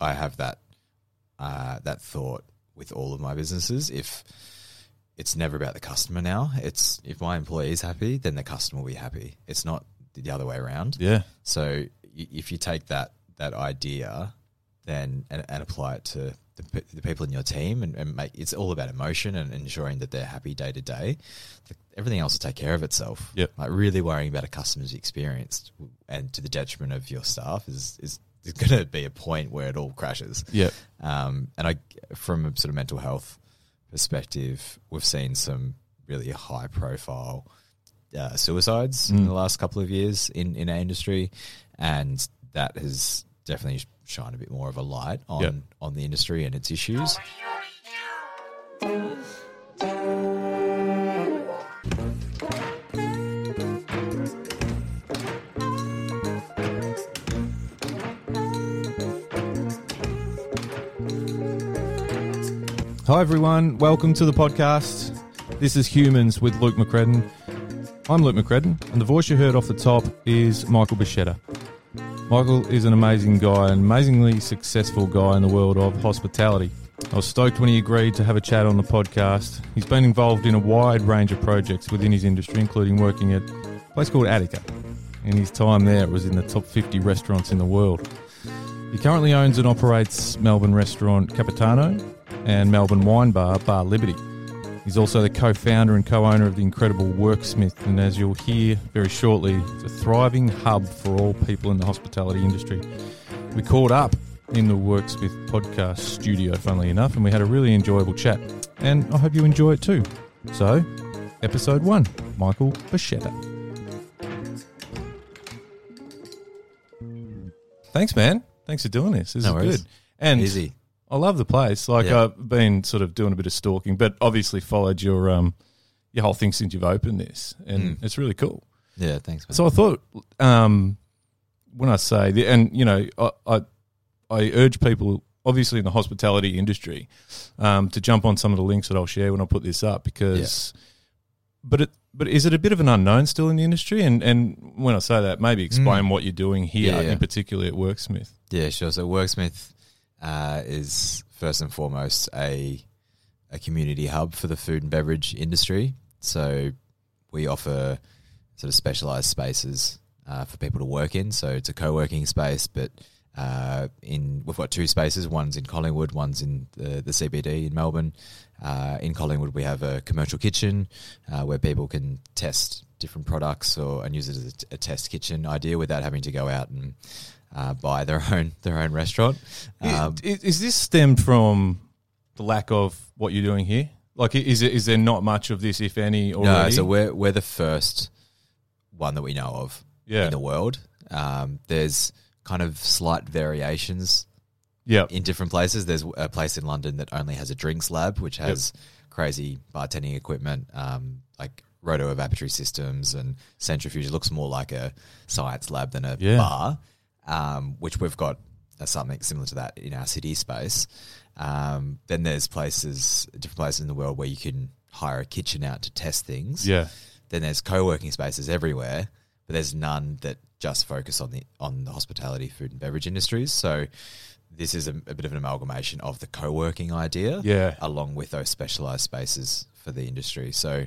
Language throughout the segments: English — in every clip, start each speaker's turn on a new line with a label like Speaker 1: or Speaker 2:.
Speaker 1: I have that uh, that thought with all of my businesses. If it's never about the customer now, it's if my employee is happy, then the customer will be happy. It's not the other way around.
Speaker 2: Yeah.
Speaker 1: So y- if you take that that idea, then and, and apply it to the, pe- the people in your team, and, and make it's all about emotion and ensuring that they're happy day to day. th- Everything else will take care of itself.
Speaker 2: Yep.
Speaker 1: Like really worrying about a customer's experience w- and to the detriment of your staff is is, is going to be a point where it all crashes.
Speaker 2: Yeah.
Speaker 1: Um, and I, from a sort of mental health perspective, we've seen some really high profile uh, suicides in
Speaker 2: Mm.
Speaker 1: the last couple of years in, in our industry. And that has definitely shined a bit more of a light on,
Speaker 2: Yep.
Speaker 1: on the industry and its issues.
Speaker 2: Hi, everyone. Welcome to the podcast. This is Humans with Luke McCredden. I'm Luke McCredden, and the voice you heard off the top is Michael Bichetta. Michael is an amazing guy, an amazingly successful guy in the world of hospitality. I was stoked when he agreed to have a chat on the podcast. He's been involved in a wide range of projects within his industry, including working at a place called Attica. In his time there, it was in the top 50 restaurants in the world. He currently owns and operates Melbourne restaurant Capitano and Melbourne wine bar, Bar Liberty. He's also the co founder and co owner of the incredible Worksmith, and as you'll hear very shortly, it's a thriving hub for all people in the hospitality industry. We caught up in the Worksmith podcast studio, funnily enough, and we had a really enjoyable chat, and I hope you enjoy it too. So, episode one Michael Bachetta. Thanks, man. Thanks for doing this. This
Speaker 1: No
Speaker 2: is
Speaker 1: worries.
Speaker 2: good. And
Speaker 1: Easy.
Speaker 2: I love the place. Like
Speaker 1: Yeah.
Speaker 2: I've been sort of doing a bit of stalking, but obviously followed your um your whole thing since you've opened this, and
Speaker 1: Mm.
Speaker 2: it's really cool.
Speaker 1: Yeah, thanks, man.
Speaker 2: So I thought, um, when I say the, and you know, I, I I urge people obviously in the hospitality industry um, to jump on some of the links that I'll share when I put this up because, but it but is it a bit of an unknown still in the industry? And and when I say that, maybe explain what you're doing here,
Speaker 1: Mm. Yeah, yeah.
Speaker 2: in particularly at Worksmith.
Speaker 1: Yeah, sure. So Worksmith uh, is first and foremost a a community hub for the food and beverage industry. So we offer sort of specialized spaces uh, for people to work in. So it's a co working space, but uh, in we've got two spaces. One's in Collingwood, one's in the, the CBD in Melbourne. Uh, in Collingwood, we have a commercial kitchen uh, where people can test different products or and use it as a, a test kitchen idea without having to go out and uh, buy their own their own restaurant. Um,
Speaker 2: I- is, this stemmed from the lack of what you're doing here? Like, i- is it, is there not much of this, if any, already?
Speaker 1: no, so we're we're the first one that we know of
Speaker 2: yeah,
Speaker 1: in the world. Um, there's kind of slight variations
Speaker 2: yeah,
Speaker 1: in different places. There's a place in London that only has a drinks lab, which has crazy bartending equipment, um, like roto evaporatory systems and centrifuge. It looks more like a science lab than a
Speaker 2: Yeah.
Speaker 1: bar, um, which we've got uh, something similar to that in our city space. Um, then there's places, different places in the world where you can hire a kitchen out to test things
Speaker 2: yeah,
Speaker 1: then there's co-working spaces everywhere, but there's none that just focus on the on the hospitality, food and beverage industries. So this is a, a bit of an amalgamation of the co-working idea,
Speaker 2: yeah,
Speaker 1: along with those specialized spaces for the industry. So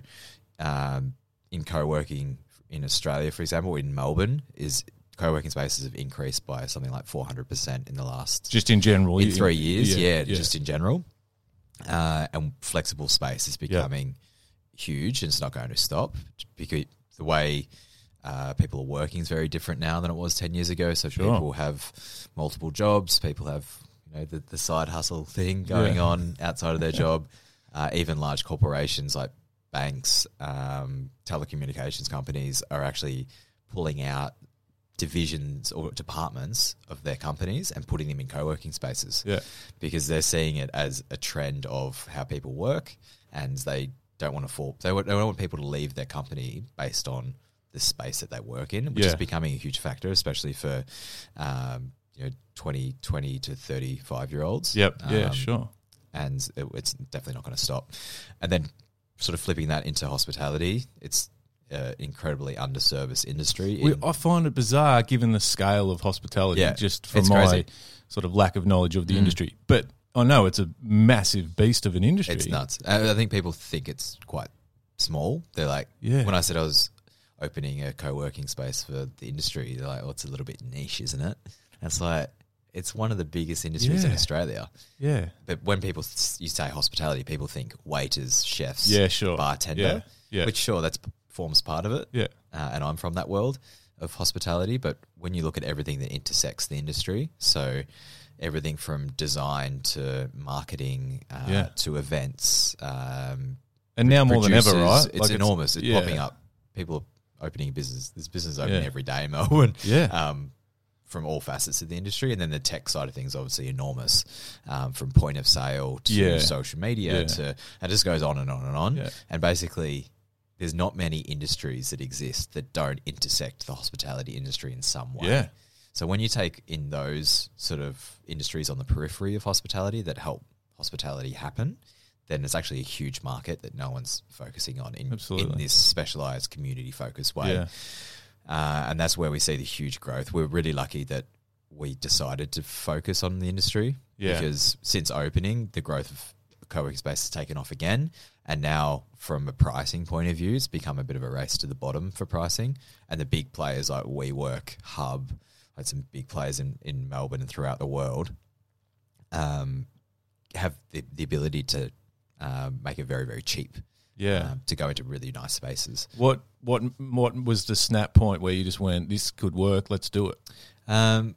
Speaker 1: um, in co-working in Australia, for example, in Melbourne, is co-working spaces have increased by something like four hundred percent in the last
Speaker 2: just in general.
Speaker 1: in
Speaker 2: you-
Speaker 1: three years, yeah, just in general. Uh, and flexible space is becoming huge, and it's not going to stop because the way uh, people are working is very different now than it was ten years ago. So
Speaker 2: Sure.
Speaker 1: people have multiple jobs, people have you know the, the side hustle thing going
Speaker 2: Yeah.
Speaker 1: on outside of their job. Uh, even large corporations like banks, um, telecommunications companies are actually pulling out divisions or departments of their companies and putting them in co-working spaces
Speaker 2: yeah,
Speaker 1: because they're seeing it as a trend of how people work and they don't want to fall they don't want people to leave their company based on the space that they work in which is
Speaker 2: Yeah.
Speaker 1: becoming a huge factor especially for um, you know 20 20 to 35 year olds
Speaker 2: yep, yeah,
Speaker 1: Um,
Speaker 2: sure,
Speaker 1: and it, it's definitely not going to stop and then sort of flipping that into hospitality it's uh, incredibly underserviced industry.
Speaker 2: We,
Speaker 1: in-
Speaker 2: I find it bizarre given the scale of hospitality,
Speaker 1: Yeah,
Speaker 2: just from
Speaker 1: it's
Speaker 2: my
Speaker 1: crazy. Mm.
Speaker 2: sort of lack of knowledge of the industry. But I know it's a massive beast of an industry.
Speaker 1: It's nuts. I, I think people think it's quite small. They're like,
Speaker 2: Yeah.
Speaker 1: When I said I was opening a co-working space for the industry, they're like, "Oh, it's a little bit niche, isn't it?" And it's like it's one of the biggest industries in
Speaker 2: Yeah.
Speaker 1: Australia.
Speaker 2: Yeah.
Speaker 1: But when people s- you say hospitality, people think waiters, chefs,
Speaker 2: Yeah, sure.
Speaker 1: bartender.
Speaker 2: Yeah, yeah.
Speaker 1: Which sure, that's forms part of it.
Speaker 2: Yeah.
Speaker 1: Uh, and I'm from that world of hospitality. But when you look at everything that intersects the industry, so everything from design to marketing uh,
Speaker 2: Yeah.
Speaker 1: to events, um,
Speaker 2: And now more than ever,
Speaker 1: producers,
Speaker 2: right?
Speaker 1: It's enormous. It's
Speaker 2: yeah.
Speaker 1: popping up. People are opening business. There's business open
Speaker 2: Yeah.
Speaker 1: every day in Melbourne.
Speaker 2: Yeah.
Speaker 1: Um, from all facets of the industry, and then the tech side of things obviously enormous, um, from point of sale to
Speaker 2: Yeah.
Speaker 1: social media
Speaker 2: Yeah.
Speaker 1: to and it just goes on and on and on.
Speaker 2: Yeah.
Speaker 1: And basically, there's not many industries that exist that don't intersect the hospitality industry in some way.
Speaker 2: Yeah.
Speaker 1: So when you take in those sort of industries on the periphery of hospitality that help hospitality happen, then it's actually a huge market that no one's focusing on in, in
Speaker 2: Absolutely.
Speaker 1: this specialized community focused way.
Speaker 2: Yeah.
Speaker 1: Uh, and that's where we see the huge growth. We're really lucky that we decided to focus on the industry
Speaker 2: Yeah.
Speaker 1: because since opening, the growth of co-working space has taken off again. And now, from a pricing point of view, it's become a bit of a race to the bottom for pricing. And the big players like WeWork, Hub, like some big players in, in Melbourne and throughout the world, um, have the, the ability to um, make it very, very cheap
Speaker 2: Yeah.
Speaker 1: um, to go into really nice spaces.
Speaker 2: What what what was the snap point where you just went, this could work, let's do it?
Speaker 1: Um,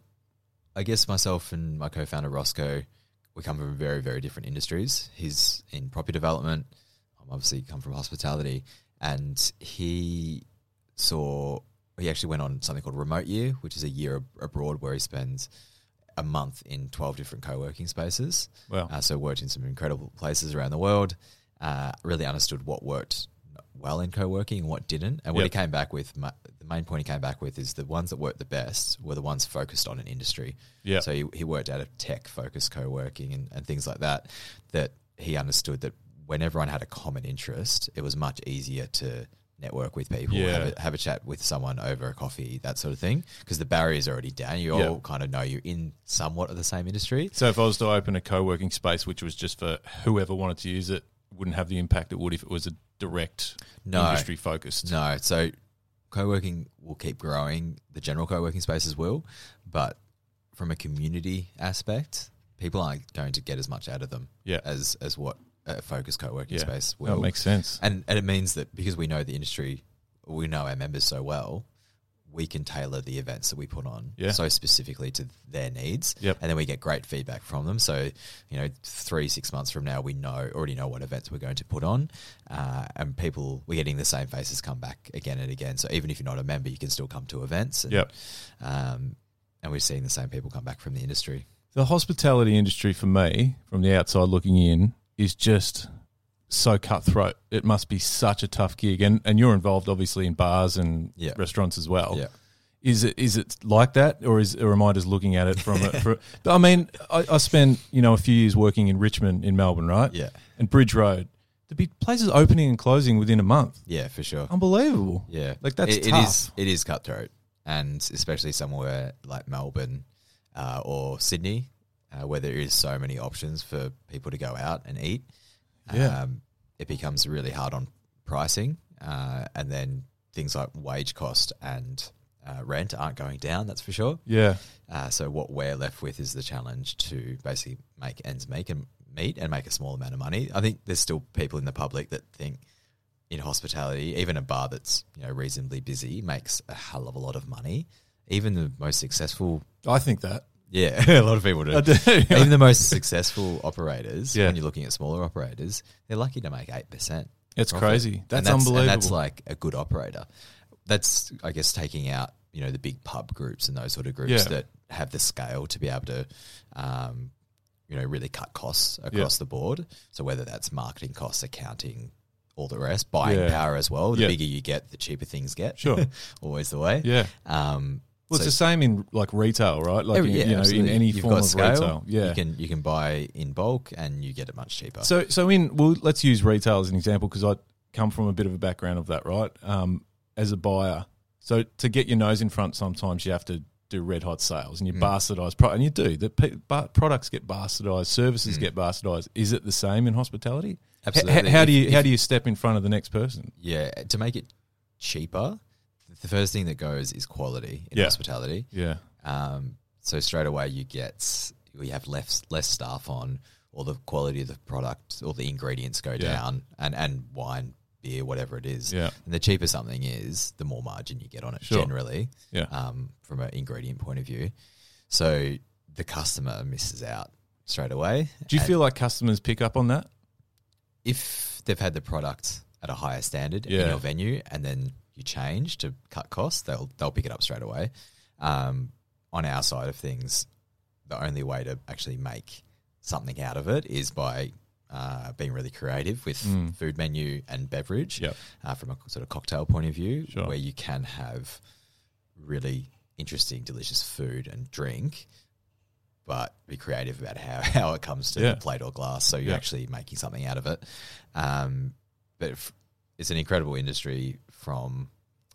Speaker 1: I guess myself and my co-founder Roscoe, we come from very, very different industries. He's in property development. I'm obviously come from hospitality, and he saw he actually went on something called remote year, which is a year ab- abroad where he spends a month in 12 different co-working spaces.
Speaker 2: Wow.
Speaker 1: Uh, so worked in some incredible places around the world. Uh, really understood what worked well in co-working and what didn't. And what
Speaker 2: Yep.
Speaker 1: he came back with, ma- the main point he came back with is the ones that worked the best were the ones focused on an industry.
Speaker 2: Yeah.
Speaker 1: So he, he worked out of tech-focused co-working and, and things like that. That he understood that when everyone had a common interest, it was much easier to network with people,
Speaker 2: Yeah.
Speaker 1: have, a, have a chat with someone over a coffee, that sort of thing. Because the barrier's already down. You
Speaker 2: Yeah.
Speaker 1: all kind of know you're in somewhat of the same industry.
Speaker 2: So if I was to open a co-working space, which was just for whoever wanted to use it, wouldn't have the impact it would if it was a direct
Speaker 1: No.
Speaker 2: industry focused.
Speaker 1: No, so co-working will keep growing. The general co-working spaces will, but from a community aspect, people aren't going to get as much out of them
Speaker 2: Yeah.
Speaker 1: as as what a focused co-working
Speaker 2: Yeah.
Speaker 1: space will.
Speaker 2: That makes sense.
Speaker 1: and and it means that because we know the industry, we know our members so well, we can tailor the events that we put on
Speaker 2: Yeah.
Speaker 1: so specifically to their needs.
Speaker 2: Yep.
Speaker 1: And then we get great feedback from them. So, you know, three, six months from now, we know already know what events we're going to put on. Uh, and people, we're getting the same faces come back again and again. So even if you're not a member, you can still come to events. And,
Speaker 2: Yep.
Speaker 1: Um, and we're seeing the same people come back from the industry.
Speaker 2: The hospitality industry for me, from the outside looking in, is just so cutthroat. It must be such a tough gig. And and you're involved obviously in bars and
Speaker 1: Yeah.
Speaker 2: restaurants as well.
Speaker 1: Yeah.
Speaker 2: Is it is it like that, or is or am I just looking at it from? A, for, but I mean, I, I spent you know a few years working in Richmond in Melbourne, right?
Speaker 1: Yeah.
Speaker 2: And Bridge Road, there'd be places opening and closing within a month.
Speaker 1: Yeah, for
Speaker 2: Oh.
Speaker 1: sure.
Speaker 2: Unbelievable.
Speaker 1: Yeah,
Speaker 2: Like, that's
Speaker 1: it,
Speaker 2: tough.
Speaker 1: It is, it is cutthroat, and especially somewhere like Melbourne uh, or Sydney, uh, where there is so many options for people to go out and eat.
Speaker 2: Yeah.
Speaker 1: um, it becomes really hard on pricing, uh, and then things like wage cost and uh, rent aren't going down. That's for sure.
Speaker 2: Yeah.
Speaker 1: Uh, so what we're left with is the challenge to basically make ends make and meet and make a small amount of money. I think there's still people in the public that think in hospitality, even a bar that's you know reasonably busy makes a hell of a lot of money. Even the most successful,
Speaker 2: I think that.
Speaker 1: yeah, a lot of people do.
Speaker 2: I do.
Speaker 1: Even the most successful operators,
Speaker 2: Yeah.
Speaker 1: when you're looking at smaller operators, they're lucky to make eight percent.
Speaker 2: It's
Speaker 1: profit.
Speaker 2: crazy.
Speaker 1: And
Speaker 2: That's, unbelievable.
Speaker 1: And that's like a good operator. That's I guess taking out you know the big pub groups and those sort of groups
Speaker 2: Yeah.
Speaker 1: that have the scale to be able to, um, you know, really cut costs across the board. So whether that's marketing costs, accounting, all the rest, buying
Speaker 2: Yeah.
Speaker 1: power as well. The
Speaker 2: Yeah.
Speaker 1: bigger you get, the cheaper things get.
Speaker 2: Sure.
Speaker 1: always the way.
Speaker 2: yeah.
Speaker 1: Um,
Speaker 2: Well, it's
Speaker 1: so-
Speaker 2: the same in like retail, right? Like
Speaker 1: Every-
Speaker 2: in,
Speaker 1: yeah,
Speaker 2: you know, in
Speaker 1: absolutely.
Speaker 2: any
Speaker 1: You've
Speaker 2: form
Speaker 1: got
Speaker 2: of
Speaker 1: scale,
Speaker 2: retail. Yeah.
Speaker 1: you can you can buy in bulk and you get it much cheaper.
Speaker 2: So, so in well, let's use retail as an example because I come from a bit of a background of that, right? Um, as a buyer. So to get your nose in front, sometimes you have to do red hot sales and you
Speaker 1: Mm.
Speaker 2: bastardize pro- and you do the pe- ba- products get bastardized, services
Speaker 1: Mm.
Speaker 2: get bastardized. Is it the same in hospitality? H- h-
Speaker 1: Absolutely.
Speaker 2: how do
Speaker 1: If-
Speaker 2: you how
Speaker 1: if-
Speaker 2: do you step in front of the next person?
Speaker 1: Yeah, to make it cheaper, the first thing that goes is quality in
Speaker 2: Yeah.
Speaker 1: hospitality.
Speaker 2: Yeah,
Speaker 1: Um, so straight away you get you have less less staff on, or the quality of the product, or the ingredients go
Speaker 2: Yeah.
Speaker 1: down, and and wine, beer, whatever it is.
Speaker 2: yeah,
Speaker 1: And the cheaper something is, the more margin you get on it
Speaker 2: Sure.
Speaker 1: generally.
Speaker 2: Yeah.
Speaker 1: Um, from an ingredient point of view, so the customer misses out straight away.
Speaker 2: Do you
Speaker 1: And
Speaker 2: feel like customers pick up on that?
Speaker 1: if they've had the product at a higher standard in
Speaker 2: Yeah.
Speaker 1: your venue and then you change to cut costs, they'll they'll pick it up straight away. Um, on our side of things, the only way to actually make something out of it is by uh, being really creative with
Speaker 2: Mm.
Speaker 1: food menu and beverage
Speaker 2: Yep.
Speaker 1: uh, from a sort of cocktail point of view,
Speaker 2: Sure.
Speaker 1: where you can have really interesting, delicious food and drink, but be creative about how, how it comes to
Speaker 2: Yeah.
Speaker 1: the plate or glass. So you're
Speaker 2: Yeah.
Speaker 1: actually making something out of it. Um, but f- it's an incredible industry from,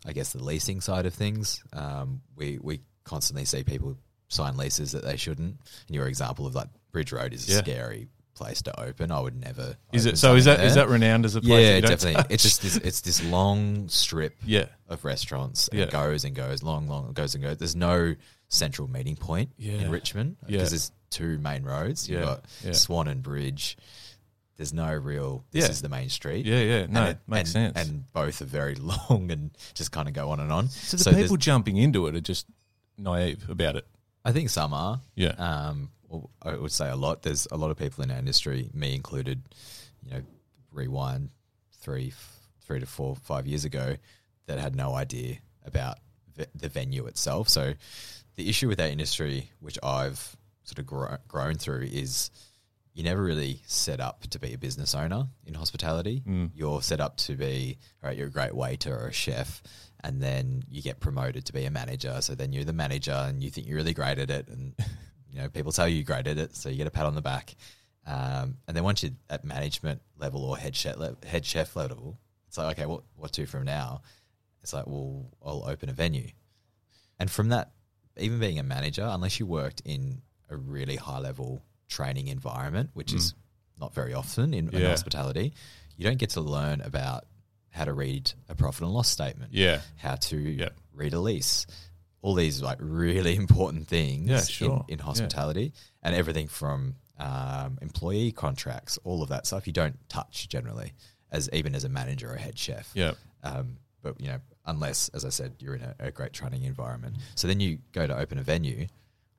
Speaker 1: I guess, the leasing side of things. Um, we, we constantly see people sign leases that they shouldn't. And your example of like Bridge Road is a
Speaker 2: Yeah.
Speaker 1: scary place to open. I would never.
Speaker 2: Is
Speaker 1: open
Speaker 2: it so?
Speaker 1: something
Speaker 2: Is that is
Speaker 1: there.
Speaker 2: that renowned as a place? that
Speaker 1: Yeah,
Speaker 2: you don't
Speaker 1: definitely.
Speaker 2: touch?
Speaker 1: It's just this, it's this long strip
Speaker 2: yeah,
Speaker 1: of restaurants and
Speaker 2: Yeah.
Speaker 1: goes and goes, long, long goes and goes. There's no central meeting point
Speaker 2: Yeah.
Speaker 1: in Richmond because
Speaker 2: Yeah.
Speaker 1: there's two main roads. You've
Speaker 2: Yeah.
Speaker 1: got
Speaker 2: Yeah.
Speaker 1: Swan and Bridge. There's no real. This
Speaker 2: Yeah.
Speaker 1: is the main street.
Speaker 2: yeah, yeah. No,
Speaker 1: And
Speaker 2: it, makes
Speaker 1: and-
Speaker 2: sense.
Speaker 1: And both are very long and just kind of go on and on.
Speaker 2: so the
Speaker 1: so there's-
Speaker 2: people jumping into it are just naive about it.
Speaker 1: I think some are.
Speaker 2: Yeah,
Speaker 1: Um, well, I would say a lot. There's a lot of people in our industry, me included. You know, rewind three, f- three to four, five years ago, that had no idea about ve- the venue itself. So, the issue with our industry, which I've sort of gro- grown through, is you never really set up to be a business owner in hospitality.
Speaker 2: Mm.
Speaker 1: You're set up to be, all right, you're a great waiter or a chef, and then you get promoted to be a manager. So then you're the manager and you think you're really great at it. And, you know, people tell you you're great at it. So you get a pat on the back. Um, and then once you're at management level or head chef, le- head chef level, it's like, okay, what, what do from now? It's like, well, I'll open a venue. And from that, even being a manager, unless you worked in a really high level training environment, which is not very often in, in
Speaker 2: Yeah.
Speaker 1: hospitality, you don't get to learn about how to read a profit and loss statement,
Speaker 2: yeah,
Speaker 1: how to
Speaker 2: Yep.
Speaker 1: read a lease, all these like really important things
Speaker 2: Yeah, sure.
Speaker 1: in, in
Speaker 2: Yeah.
Speaker 1: hospitality and everything from um, employee contracts, all of that stuff you don't touch generally as even as a manager or head chef.
Speaker 2: yeah.
Speaker 1: Um, but you know, unless, as I said, you're in a, a great training environment. So then you go to open a venue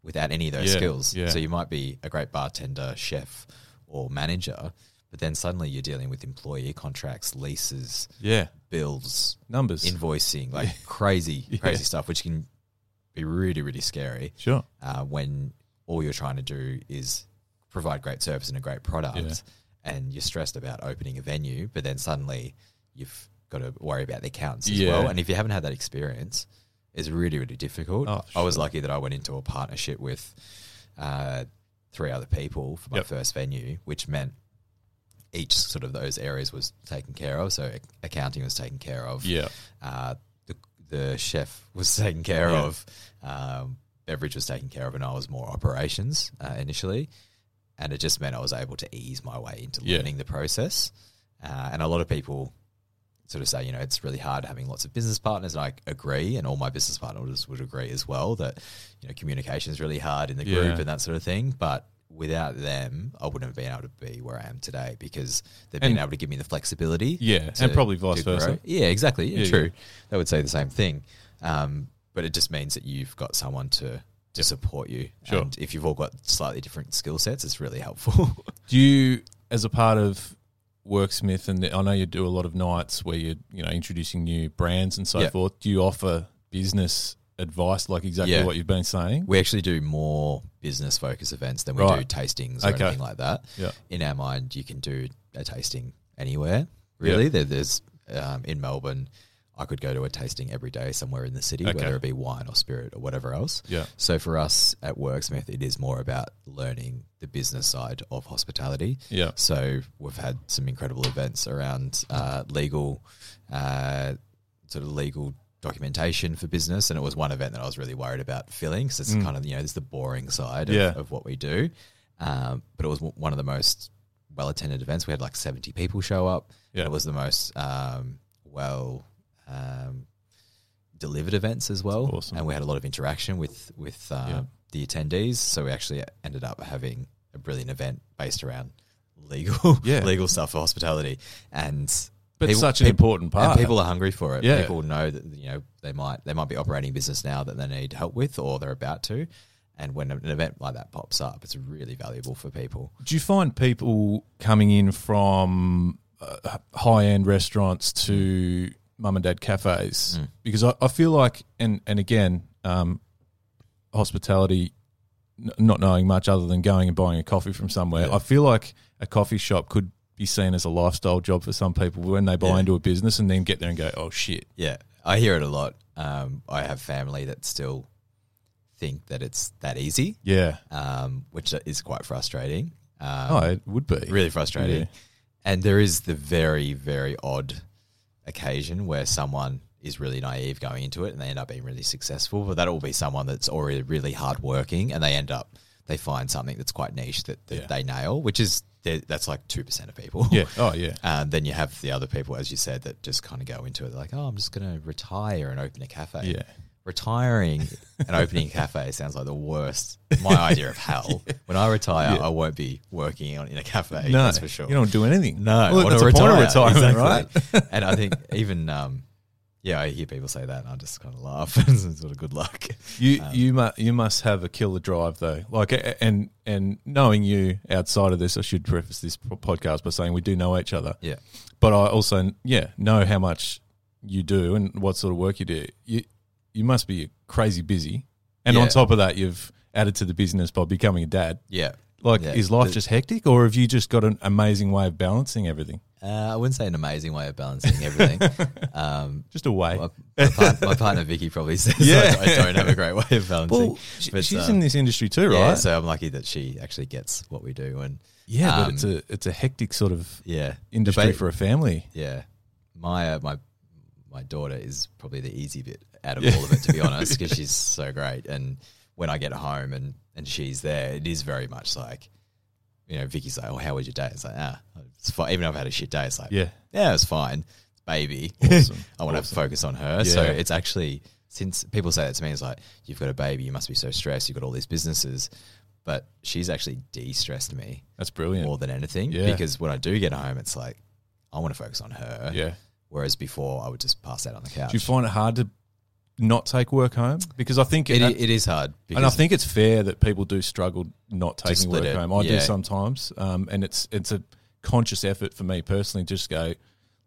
Speaker 1: without any of those
Speaker 2: Yeah,
Speaker 1: skills.
Speaker 2: yeah.
Speaker 1: So you might be a great bartender, chef, or manager, but then suddenly you're dealing with employee contracts, leases,
Speaker 2: Yeah,
Speaker 1: bills,
Speaker 2: numbers.
Speaker 1: invoicing, like crazy,
Speaker 2: Yeah.
Speaker 1: crazy stuff, which can be really, really scary
Speaker 2: sure.
Speaker 1: uh, when all you're trying to do is provide great service and a great product, and you're stressed about opening a venue, but then suddenly you've got to worry about the accounts as
Speaker 2: Yeah.
Speaker 1: well. And if you haven't had that experience, it's really really difficult.
Speaker 2: Oh,
Speaker 1: I was
Speaker 2: sure.
Speaker 1: lucky that I went into a partnership with uh, three other people for my
Speaker 2: Yep.
Speaker 1: first venue, which meant each sort of those areas was taken care of. So ac- accounting was taken care of
Speaker 2: Yeah,
Speaker 1: uh, the, the chef was taken care
Speaker 2: Yeah.
Speaker 1: of, um, beverage was taken care of, and I was more operations uh, initially. And it just meant I was able to ease my way into
Speaker 2: Yeah.
Speaker 1: learning the process. Uh, and a lot of people sort of say, you know, it's really hard having lots of business partners. And I agree, and all my business partners would agree as well that, you know, communication is really hard in the group
Speaker 2: Yeah.
Speaker 1: and that sort of thing. But without them, I wouldn't have been able to be where I am today because they've
Speaker 2: And-
Speaker 1: been able to give me the flexibility
Speaker 2: yeah,
Speaker 1: to-
Speaker 2: and probably vice
Speaker 1: to grow.
Speaker 2: versa.
Speaker 1: Yeah, exactly. Yeah,
Speaker 2: Yeah,
Speaker 1: true. They would say the same thing. Um, but it just means that you've got someone to to support you.
Speaker 2: Sure.
Speaker 1: And if you've all got slightly different skill sets, it's really helpful.
Speaker 2: Do you, as a part of Worksmith, and I know you do a lot of nights where you're you know introducing new brands and so
Speaker 1: Yeah.
Speaker 2: forth. Do you offer business advice like exactly
Speaker 1: Yeah.
Speaker 2: what you've been saying?
Speaker 1: we actually do more business focused events than we
Speaker 2: Right.
Speaker 1: do tastings or
Speaker 2: Okay.
Speaker 1: anything like that.
Speaker 2: Yeah.
Speaker 1: In our mind, you can do a tasting anywhere. Really, there, there's um, in Melbourne, I could go to a tasting every day somewhere in the city,
Speaker 2: Okay.
Speaker 1: whether it be wine or spirit or whatever else.
Speaker 2: Yeah,
Speaker 1: So for us at Worksmith, it is more about learning the business side of hospitality.
Speaker 2: yeah,
Speaker 1: So we've had some incredible events around uh, legal, uh, sort of legal documentation for business, and it was one event that I was really worried about filling because it's
Speaker 2: Mm.
Speaker 1: kind of you know it's the boring side of,
Speaker 2: Yeah.
Speaker 1: of what we do. Um, but it was one of the most well attended events. We had like seventy people show up.
Speaker 2: Yeah.
Speaker 1: It was the most um, well um, delivered events as well,
Speaker 2: awesome.
Speaker 1: and we had a lot of interaction with with uh,
Speaker 2: Yeah.
Speaker 1: the attendees. So we actually ended up having a brilliant event based around legal
Speaker 2: Yeah.
Speaker 1: legal stuff for hospitality and
Speaker 2: But
Speaker 1: People-
Speaker 2: such an
Speaker 1: people-
Speaker 2: important part.
Speaker 1: and people are hungry for it.
Speaker 2: Yeah.
Speaker 1: People know that you know they might they might be operating a business now that they need help with or they're about to. And when an event like that pops up, it's really valuable for people.
Speaker 2: Do you find people coming in from uh, high end restaurants to mum and dad cafes?
Speaker 1: Mm.
Speaker 2: Because I, I feel like, and and again, um, hospitality, n- not knowing much other than going and buying a coffee from somewhere,
Speaker 1: Yeah.
Speaker 2: I feel like a coffee shop could be seen as a lifestyle job for some people when they buy
Speaker 1: Yeah.
Speaker 2: into a business and then get there and go, oh shit,
Speaker 1: Yeah, I hear it a lot. Um, I have family that still think that it's that easy,
Speaker 2: yeah,
Speaker 1: um, which is quite frustrating. Um,
Speaker 2: oh, it would be
Speaker 1: really frustrating.
Speaker 2: Yeah.
Speaker 1: And there is the very, very odd occasion where someone is really naive going into it and they end up being really successful. But that'll be someone that's already really hardworking and they end up, they find something that's quite niche that, that
Speaker 2: Yeah.
Speaker 1: they nail, which is, that's like 2% of people.
Speaker 2: yeah, oh yeah,
Speaker 1: And then you have the other people, as you said, that just kind of go into it. They're like, oh, I'm just going to retire and open a cafe.
Speaker 2: yeah,
Speaker 1: Retiring and opening a cafe sounds like the worst, my idea of hell. When I retire, I won't be working on, in a cafe.
Speaker 2: no,
Speaker 1: that's for sure.
Speaker 2: You don't do anything.
Speaker 1: No,
Speaker 2: Well,
Speaker 1: I
Speaker 2: that's
Speaker 1: wanna
Speaker 2: the point of
Speaker 1: retire,
Speaker 2: retirement, right?
Speaker 1: exactly. and I think even um, yeah, I hear people say that, and I just kind of laugh and sort of good luck.
Speaker 2: You
Speaker 1: Um,
Speaker 2: you must you must have a killer drive though. Like a- a- and and knowing you outside of this, I should preface this po- podcast by saying we do know each other,
Speaker 1: Yeah,
Speaker 2: but I also yeah know how much you do and what sort of work you do. You you must be crazy busy, and on
Speaker 1: Yeah.
Speaker 2: top of that, you've added to the business by becoming a dad.
Speaker 1: yeah.
Speaker 2: Like,
Speaker 1: Yeah.
Speaker 2: is life
Speaker 1: The-
Speaker 2: just hectic, or have you just got an amazing way of balancing everything?
Speaker 1: Uh, I wouldn't say an amazing way of balancing everything. um,
Speaker 2: Just a way.
Speaker 1: my, my, part, my partner Vicky probably says
Speaker 2: Yeah.
Speaker 1: I, I don't have a great way of balancing.
Speaker 2: well, she-
Speaker 1: but,
Speaker 2: she's
Speaker 1: uh,
Speaker 2: in this industry too, right?
Speaker 1: yeah,
Speaker 2: Yeah,
Speaker 1: so I'm lucky that she actually gets what we do, and
Speaker 2: but
Speaker 1: um,
Speaker 2: it's a it's a hectic sort of
Speaker 1: yeah,
Speaker 2: industry
Speaker 1: Debate-
Speaker 2: for a family.
Speaker 1: Yeah, my uh, my my daughter is probably the easy bit out of all of it, to be honest, because she's so great. And when I get home and and she's there, it is very much like, you know, Vicky's like, "Oh, how was your day?" It's like, ah, it's fine. Even if I've had a shit day, it's like,
Speaker 2: Yeah.
Speaker 1: yeah, it's fine, baby. I want to focus on her. So
Speaker 2: Yeah.
Speaker 1: it's actually since people say that to me, it's like you've got a baby, you must be so stressed. You've got all these businesses, but she's actually de-stressed me
Speaker 2: That's brilliant.
Speaker 1: more than anything
Speaker 2: Yeah.
Speaker 1: because when I do get home, it's like I want to focus on her.
Speaker 2: yeah.
Speaker 1: Whereas before, I would just pass out on the couch.
Speaker 2: Do you find it hard to not take work home? Because I think,
Speaker 1: it,
Speaker 2: and,
Speaker 1: it is hard. Because
Speaker 2: I think it's fair that people do struggle not taking
Speaker 1: split
Speaker 2: work
Speaker 1: it,
Speaker 2: home. I do
Speaker 1: yeah.
Speaker 2: sometimes, um, and it's it's a conscious effort for me personally. Just go,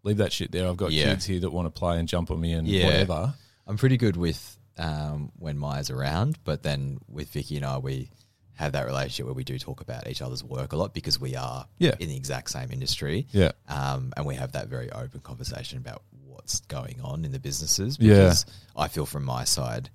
Speaker 2: leave that shit there. I've got
Speaker 1: Yeah.
Speaker 2: kids here that want to play and jump on me and
Speaker 1: Yeah.
Speaker 2: whatever.
Speaker 1: I'm pretty good with um, when Maya's around, but then with Vicky and I, we have that relationship where we do talk about each other's work a lot because we are
Speaker 2: Yeah.
Speaker 1: in the exact same industry.
Speaker 2: Yeah,
Speaker 1: Um, and we have that very open conversation about what's going on in the businesses.
Speaker 2: Yeah.
Speaker 1: Because I feel from my side,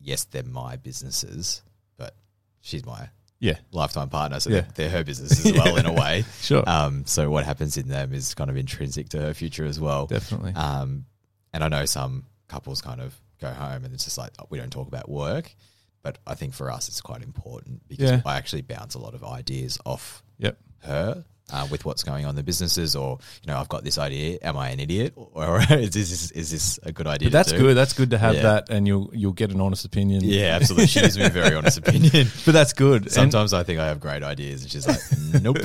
Speaker 1: yes, they're my businesses, but she's my
Speaker 2: yeah,
Speaker 1: lifetime partner, so
Speaker 2: Yeah.
Speaker 1: they're, they're her businesses as well in a way.
Speaker 2: sure,
Speaker 1: Um, so what happens in them is kind of intrinsic to her future as well.
Speaker 2: definitely.
Speaker 1: Um, and I know some couples kind of go home and it's just like oh, we don't talk about work, but I think for us it's quite important because
Speaker 2: Yeah.
Speaker 1: I actually bounce a lot of ideas off
Speaker 2: Yep.
Speaker 1: her. Uh, with what's going on in the businesses, or you know, I've got this idea. Am I an idiot, or is this is this a good idea?
Speaker 2: But that's
Speaker 1: to do?
Speaker 2: good. That's good to have
Speaker 1: Yeah.
Speaker 2: that, and you'll you'll get an honest opinion.
Speaker 1: Yeah, absolutely. She gives me a very honest opinion.
Speaker 2: but that's good. And-
Speaker 1: Sometimes I think I have great ideas, and she's like, "Nope."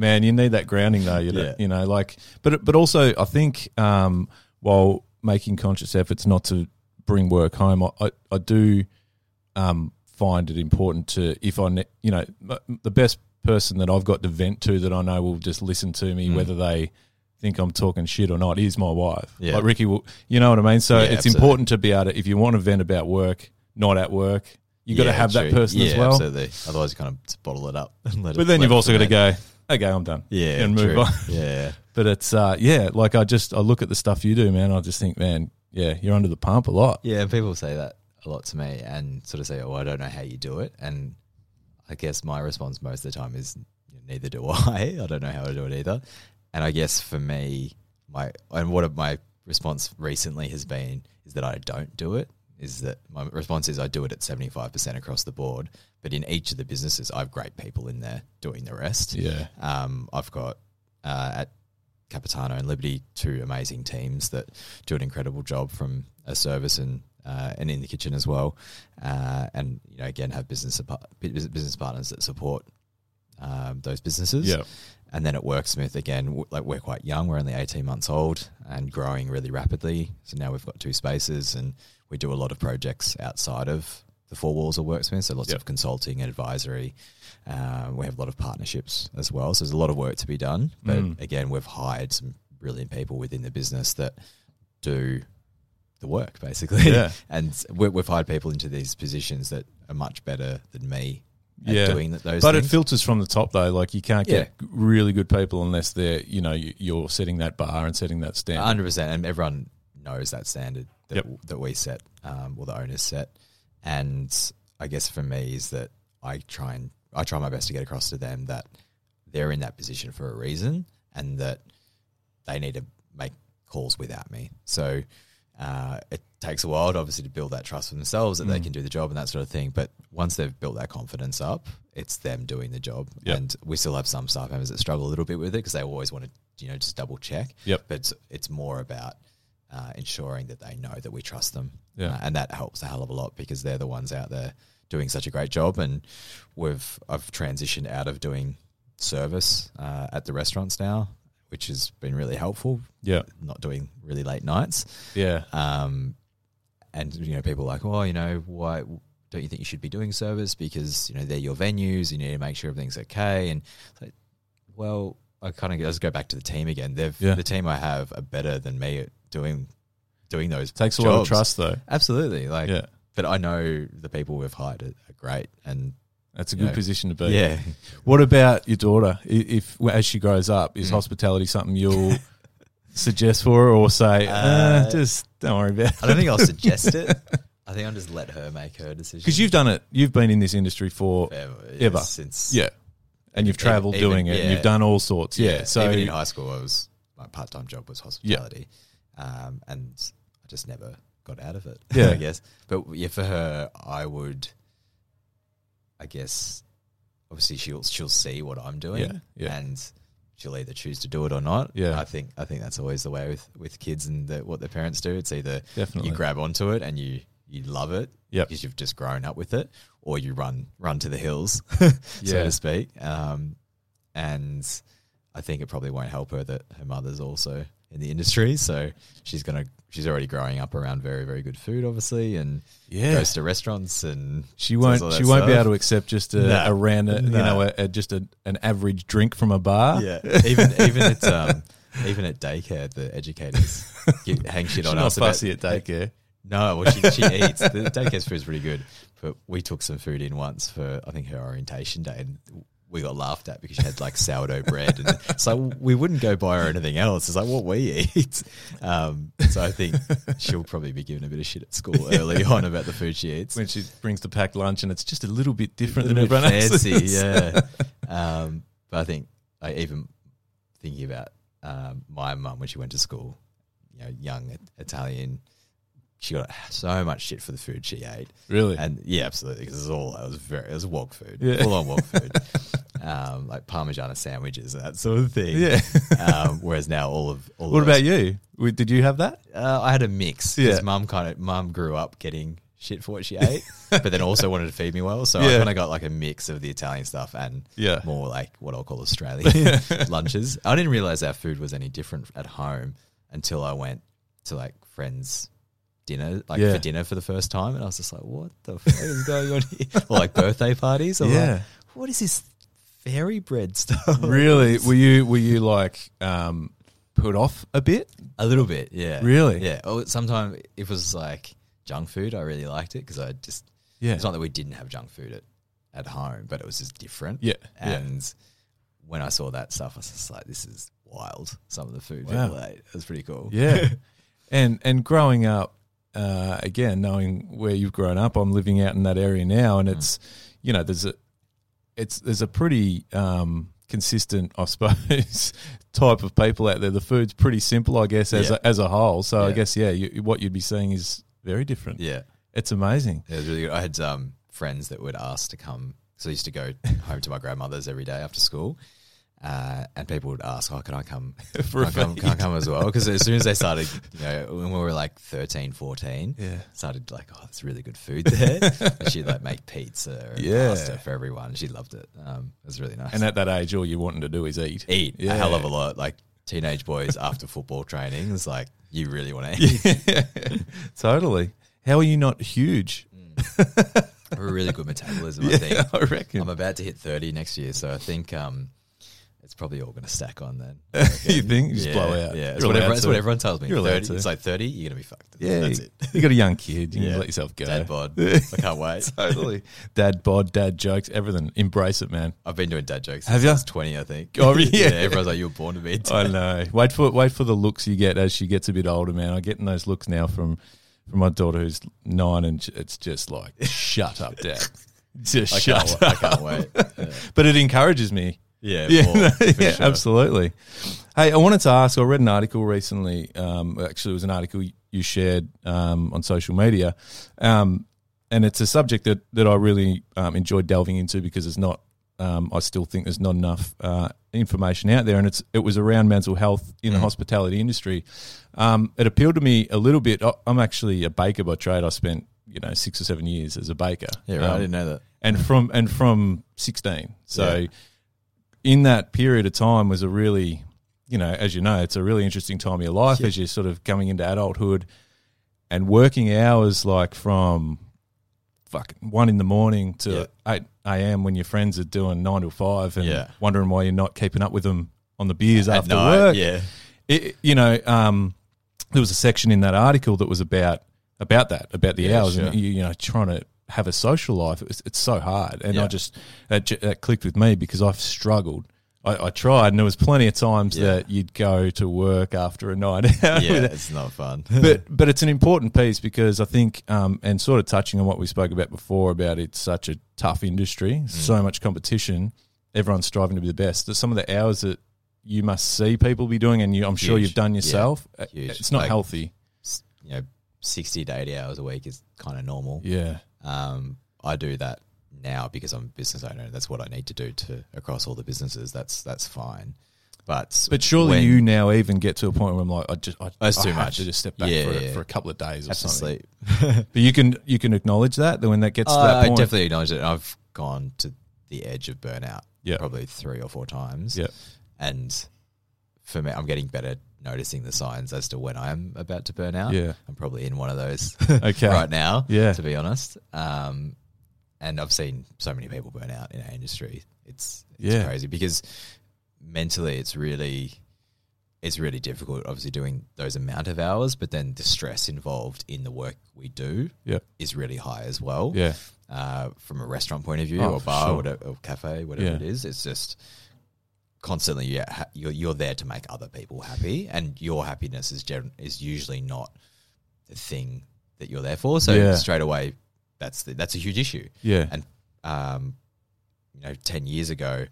Speaker 2: man, you need that grounding though. You know,
Speaker 1: Yeah.
Speaker 2: you know, like, but but also, I think um, while making conscious efforts not to bring work home, I I, I do um, find it important to if I ne- you know m- the best person that I've got to vent to that I know will just listen to me,
Speaker 1: Mm.
Speaker 2: whether they think I'm talking shit or not, is my wife.
Speaker 1: Yeah.
Speaker 2: Like Ricky, will, you know what I mean. So
Speaker 1: Yeah,
Speaker 2: it's
Speaker 1: absolutely.
Speaker 2: important to be able to if you want to vent about work, not at work. You got to
Speaker 1: Yeah,
Speaker 2: have that
Speaker 1: true.
Speaker 2: person as
Speaker 1: Yeah,
Speaker 2: well.
Speaker 1: Absolutely. Otherwise, you kind of bottle it up. And let
Speaker 2: But
Speaker 1: it-
Speaker 2: then
Speaker 1: let
Speaker 2: you've
Speaker 1: it
Speaker 2: also got to
Speaker 1: ferment.
Speaker 2: go. Okay, I'm done.
Speaker 1: yeah,
Speaker 2: and move
Speaker 1: true.
Speaker 2: on.
Speaker 1: Yeah,
Speaker 2: But it's uh yeah, like I just I look at the stuff you do, man. I just think, man, yeah, you're under the pump a lot.
Speaker 1: yeah. People say that a lot to me, and sort of say, "Oh, I don't know how you do it." And I guess my response most of the time is, "Neither do I. I don't know how to do it either." And I guess for me, my and what my response recently has been is that I don't do it. Is that my response is I do it at seventy five percent across the board, but in each of the businesses, I've great people in there doing the rest.
Speaker 2: Yeah.
Speaker 1: Um, I've got uh, at Capitano and Liberty two amazing teams that do an incredible job from a service and uh, and in the kitchen as well. Uh, and you know, again, have business apar- business business partners that support um, those businesses.
Speaker 2: Yeah.
Speaker 1: And then at Worksmith, again, w- like we're quite young, we're only 18 months old and growing really rapidly. So now we've got two spaces and we do a lot of projects outside of the four walls of Worksmith. So lots
Speaker 2: Yep.
Speaker 1: of consulting and advisory. Um, we have a lot of partnerships as well. So there's a lot of work to be done. But
Speaker 2: Mm.
Speaker 1: again, we've hired some brilliant people within the business that do the work basically.
Speaker 2: Yeah.
Speaker 1: and we we've hired people into these positions that are much better than me at
Speaker 2: Yeah.
Speaker 1: doing th- those
Speaker 2: But
Speaker 1: things.
Speaker 2: it filters from the top though. Like you can't get really good people unless they're you know you- you're setting that bar and setting that standard.
Speaker 1: hundred percent, and everyone knows that standard that
Speaker 2: Yep.
Speaker 1: that we set, um, or the owners set. And I guess for me is that I try and I try my best to get across to them that they're in that position for a reason, and that they need to make calls without me. So uh, it takes a while, to obviously, to build that trust for themselves that they
Speaker 2: Mm.
Speaker 1: can do the job and that sort of thing. But once they've built that confidence up, it's them doing the job.
Speaker 2: Yep.
Speaker 1: And we still have some staff members that struggle a little bit with it because they always want to, you know, just double check.
Speaker 2: Yep.
Speaker 1: But it's, it's more about uh, ensuring that they know that we trust them.
Speaker 2: Yeah.
Speaker 1: Uh, and that helps a hell of a lot because they're the ones out there doing such a great job. And we've I've transitioned out of doing service uh, at the restaurants now, which has been really helpful.
Speaker 2: Yeah.
Speaker 1: Not doing really late nights.
Speaker 2: Yeah.
Speaker 1: Um, and you know, people are like, oh, you know, why don't you think you should be doing service because you know they're your venues, you need to make sure everything's okay. And it's like, well, I kind of let's go back to the team again. They've
Speaker 2: Yeah.
Speaker 1: the team I have are better than me at doing doing those.
Speaker 2: Takes a lot of
Speaker 1: jobs.
Speaker 2: trust though.
Speaker 1: Absolutely, like,
Speaker 2: yeah.
Speaker 1: but I know the people we've hired are, are great, and
Speaker 2: That's a
Speaker 1: you
Speaker 2: good
Speaker 1: know,
Speaker 2: position to be.
Speaker 1: yeah,
Speaker 2: What about your daughter? I- If as she grows up, is
Speaker 1: Mm.
Speaker 2: hospitality something you'll suggest for her, or say, uh,
Speaker 1: Uh,
Speaker 2: just don't worry about?
Speaker 1: I don't think I'll suggest it. I think I'll just let her make her decision.
Speaker 2: Because you've done it. You've been in this industry for
Speaker 1: ever,
Speaker 2: ever.
Speaker 1: since
Speaker 2: yeah, and you've travelled
Speaker 1: Even-
Speaker 2: doing it.
Speaker 1: even-
Speaker 2: and You've
Speaker 1: yeah.
Speaker 2: done all sorts. Yeah. So
Speaker 1: even in high school, I was my part time job was hospitality, um, and I just never got out of it.
Speaker 2: Yeah.
Speaker 1: I guess. But yeah, for her, I would, I guess, obviously she'll she'll see what I'm doing,
Speaker 2: yeah, yeah,
Speaker 1: and she'll either choose to do it or not.
Speaker 2: Yeah.
Speaker 1: I think I think that's always the way with with kids and the, what their parents do. It's either
Speaker 2: definitely.
Speaker 1: you grab onto it and you you love it
Speaker 2: Yep.
Speaker 1: because you've just grown up with it, or you run run to the hills, so
Speaker 2: Yeah.
Speaker 1: to speak. Um, and I think it probably won't help her that her mother's also in the industry, so she's gonna she's already growing up around very very good food, obviously, and
Speaker 2: yeah.
Speaker 1: goes to restaurants and
Speaker 2: She
Speaker 1: does
Speaker 2: won't.
Speaker 1: all
Speaker 2: She
Speaker 1: that
Speaker 2: won't be
Speaker 1: stuff.
Speaker 2: able to accept just a,
Speaker 1: No.
Speaker 2: a random,
Speaker 1: No.
Speaker 2: you know, a, a, just a, an average drink from a bar.
Speaker 1: Yeah, even even at um, even at daycare, the educators get, hang shit
Speaker 2: She's
Speaker 1: on
Speaker 2: not
Speaker 1: us about-
Speaker 2: fussy at daycare.
Speaker 1: No, well, she, she eats. The daycare's food's pretty good. But we took some food in once for, I think, her orientation day, and we got laughed at because she had like sourdough bread. And it's like, we wouldn't go buy her anything else. It's like what we eat. Um, so I think she'll probably be given a bit of shit at school early on about the food she eats.
Speaker 2: When she brings the packed lunch and it's just a little bit different
Speaker 1: A
Speaker 2: than
Speaker 1: little
Speaker 2: everyone
Speaker 1: bit
Speaker 2: else's.
Speaker 1: fancy, yeah. Um, but I think I even thinking about um, my mum when she went to school, you know, young It- Italian, she got so much shit for the food she ate,
Speaker 2: Really?
Speaker 1: and yeah, absolutely, because it was all it was very it was wok food,
Speaker 2: Yeah.
Speaker 1: full on wok food, um, like Parmigiana sandwiches and that sort of thing.
Speaker 2: yeah.
Speaker 1: Um, whereas now all of all
Speaker 2: what
Speaker 1: of
Speaker 2: about you? We- Did you have that?
Speaker 1: uh, I had a mix because
Speaker 2: Yeah.
Speaker 1: mum kind of mum grew up getting shit for what she ate, but then also wanted to feed me well. So
Speaker 2: Yeah.
Speaker 1: I kind of got like a mix of the Italian stuff and
Speaker 2: Yeah.
Speaker 1: more like what I'll call Australian lunches. I didn't realize our food was any different at home until I went to like friends. Dinner, like
Speaker 2: Yeah.
Speaker 1: for dinner for the first time, and I was just like, "What the fuck is going on here?" or like birthday parties, or like,
Speaker 2: Yeah.
Speaker 1: "What is this fairy bread stuff?"
Speaker 2: really? Were you were you like um, put off a bit?
Speaker 1: A little bit, yeah.
Speaker 2: Really?
Speaker 1: Yeah. Oh, sometimes it was like junk food. I really liked it because I just.
Speaker 2: Yeah.
Speaker 1: It's not that we didn't have junk food at, at home, but it was just different.
Speaker 2: Yeah. yeah.
Speaker 1: And when I saw that stuff, I was just like, "This is wild." Some of the food
Speaker 2: Wow.
Speaker 1: people ate. It was pretty cool.
Speaker 2: Yeah. and and growing up, uh, again, knowing where you've grown up, I'm living out in that area now, and it's you know there's a it's there's a pretty um, consistent, I suppose, type of people out there. The food's pretty simple, I guess, as
Speaker 1: Yeah.
Speaker 2: a, as a whole. So I
Speaker 1: Yeah.
Speaker 2: guess yeah, you, what you'd be seeing is very different.
Speaker 1: Yeah.
Speaker 2: It's amazing.
Speaker 1: It was really good. I had um, friends that would ask to come. So I used to go home to my grandmother's every day after school. Uh, and people would ask, oh, can I come? Can
Speaker 2: For a
Speaker 1: I come,
Speaker 2: feed.
Speaker 1: can I come as well? Because as soon as they started, you know, when we were like 13, 14,
Speaker 2: Yeah.
Speaker 1: started like, oh, that's really good food there. and she'd like make pizza and
Speaker 2: Yeah.
Speaker 1: pasta for everyone. She loved it. Um, it was really nice.
Speaker 2: And at that age, all you're wanting to do is eat.
Speaker 1: eat
Speaker 2: Yeah.
Speaker 1: a hell of a lot. Like teenage boys after football training, it's like, you really want to eat.
Speaker 2: totally. How are you not huge?
Speaker 1: Mm, a really good metabolism, I think.
Speaker 2: I reckon.
Speaker 1: I'm about to hit 30 next year, so I think um, it's probably all going to stack on then.
Speaker 2: you think? You just
Speaker 1: yeah,
Speaker 2: blow out.
Speaker 1: Yeah,
Speaker 2: You're
Speaker 1: it's, whatever,
Speaker 2: allowed
Speaker 1: it's
Speaker 2: to.
Speaker 1: what everyone tells me.
Speaker 2: You're allowed
Speaker 1: 30,
Speaker 2: to.
Speaker 1: It's like 30, you're going to be fucked.
Speaker 2: Yeah,
Speaker 1: That's it.
Speaker 2: you got a young kid. You
Speaker 1: Yeah.
Speaker 2: can let yourself go.
Speaker 1: Dad bod. I can't wait.
Speaker 2: totally. Dad bod, dad jokes, everything. Embrace it, man.
Speaker 1: I've been doing dad jokes
Speaker 2: Have
Speaker 1: since
Speaker 2: ya?
Speaker 1: I was 20, I think.
Speaker 2: Oh, really? Oh,
Speaker 1: yeah, everyone's like, you were born to be a dad.
Speaker 2: I know. Wait for wait for the looks you get as she gets a bit older, man. I'm getting those looks now from from my daughter who's nine, and j- it's just like, shut up, dad. Just
Speaker 1: I can't,
Speaker 2: shut
Speaker 1: wa- I
Speaker 2: up.
Speaker 1: can't wait. Yeah,
Speaker 2: But it encourages me.
Speaker 1: yeah,
Speaker 2: yeah,
Speaker 1: more,
Speaker 2: no,
Speaker 1: for
Speaker 2: yeah,
Speaker 1: sure.
Speaker 2: absolutely. Hey, I wanted to ask. I read an article recently. Um, actually, it was an article you shared um, on social media, um, and it's a subject that that I really um, enjoyed delving into because it's not. Um, I still think there's not enough uh, information out there, and it's it was around mental health
Speaker 1: Mm.
Speaker 2: in the hospitality industry. Um, it appealed to me a little bit. I, I'm actually a baker by trade. I spent you know six or seven years as a baker.
Speaker 1: Yeah, right.
Speaker 2: Um,
Speaker 1: I didn't know that.
Speaker 2: and from and from 16 so
Speaker 1: Yeah.
Speaker 2: in that period of time was a really you know as you know it's a really interesting time of your life as you're sort of coming into adulthood and working hours like from fuck one in the morning to
Speaker 1: Yeah.
Speaker 2: 8 a.m when your friends are doing nine to five and
Speaker 1: Yeah.
Speaker 2: wondering why you're not keeping up with them on the beers
Speaker 1: At
Speaker 2: after
Speaker 1: night,
Speaker 2: work
Speaker 1: Yeah.
Speaker 2: it, you know, um, there was a section in that article that was about about that, about the
Speaker 1: Yeah,
Speaker 2: hours,
Speaker 1: sure.
Speaker 2: and you, you know, trying to have a social life. It's, it's so hard, and I
Speaker 1: Yeah.
Speaker 2: just that, ju- that clicked with me because I've struggled. I, I tried, and there was plenty of times
Speaker 1: Yeah.
Speaker 2: that you'd go to work after a night out.
Speaker 1: Yeah,
Speaker 2: with
Speaker 1: it's not fun.
Speaker 2: but but it's an important piece because I think, um, and sort of touching on what we spoke about before about it's such a tough industry,
Speaker 1: Mm.
Speaker 2: so much competition, everyone's striving to be the best. There's some of the hours that you must see people be doing, and you, I'm sure
Speaker 1: Huge.
Speaker 2: you've done
Speaker 1: Yeah.
Speaker 2: yourself. uh,
Speaker 1: Huge.
Speaker 2: It's not
Speaker 1: Like-
Speaker 2: healthy.
Speaker 1: S- you know, 60 to 80 hours a week is kind of normal.
Speaker 2: Yeah,
Speaker 1: Um, I do that now because I'm a business owner. and That's what I need to do to across all the businesses. That's that's fine. But
Speaker 2: but surely
Speaker 1: when
Speaker 2: you now even get to a point where I'm like, I just I,
Speaker 1: That's
Speaker 2: I
Speaker 1: too
Speaker 2: have
Speaker 1: much.
Speaker 2: to just step back
Speaker 1: Yeah,
Speaker 2: for,
Speaker 1: yeah.
Speaker 2: for a couple of days or
Speaker 1: have to
Speaker 2: something.
Speaker 1: sleep,
Speaker 2: But you can you can acknowledge that that when that gets to
Speaker 1: Uh,
Speaker 2: that
Speaker 1: I
Speaker 2: point,
Speaker 1: definitely acknowledge it. I've gone to the edge of burnout
Speaker 2: Yeah.
Speaker 1: probably three or four times.
Speaker 2: Yeah.
Speaker 1: and for me, I'm getting better at noticing the signs as to when I'm about to burn out.
Speaker 2: yeah,
Speaker 1: I'm probably in one of those
Speaker 2: okay,
Speaker 1: right now.
Speaker 2: yeah,
Speaker 1: to be honest. Um, and I've seen so many people burn out in our industry. It's it's
Speaker 2: Yeah.
Speaker 1: crazy because mentally it's really it's really difficult. Obviously, doing those amount of hours, but then the stress involved in the work we do
Speaker 2: Yeah.
Speaker 1: is really high as well.
Speaker 2: yeah,
Speaker 1: Uh, from a restaurant point of view,
Speaker 2: Oh,
Speaker 1: or
Speaker 2: for
Speaker 1: bar,
Speaker 2: sure.
Speaker 1: or, whatever, or cafe, whatever
Speaker 2: Yeah.
Speaker 1: it is, it's just constantly you're, ha- you're you're there to make other people happy, and your happiness is gen- is usually not the thing that you're there for. So
Speaker 2: Yeah.
Speaker 1: straight away, that's the, that's a huge issue.
Speaker 2: yeah,
Speaker 1: And- Um, you know, ten years ago,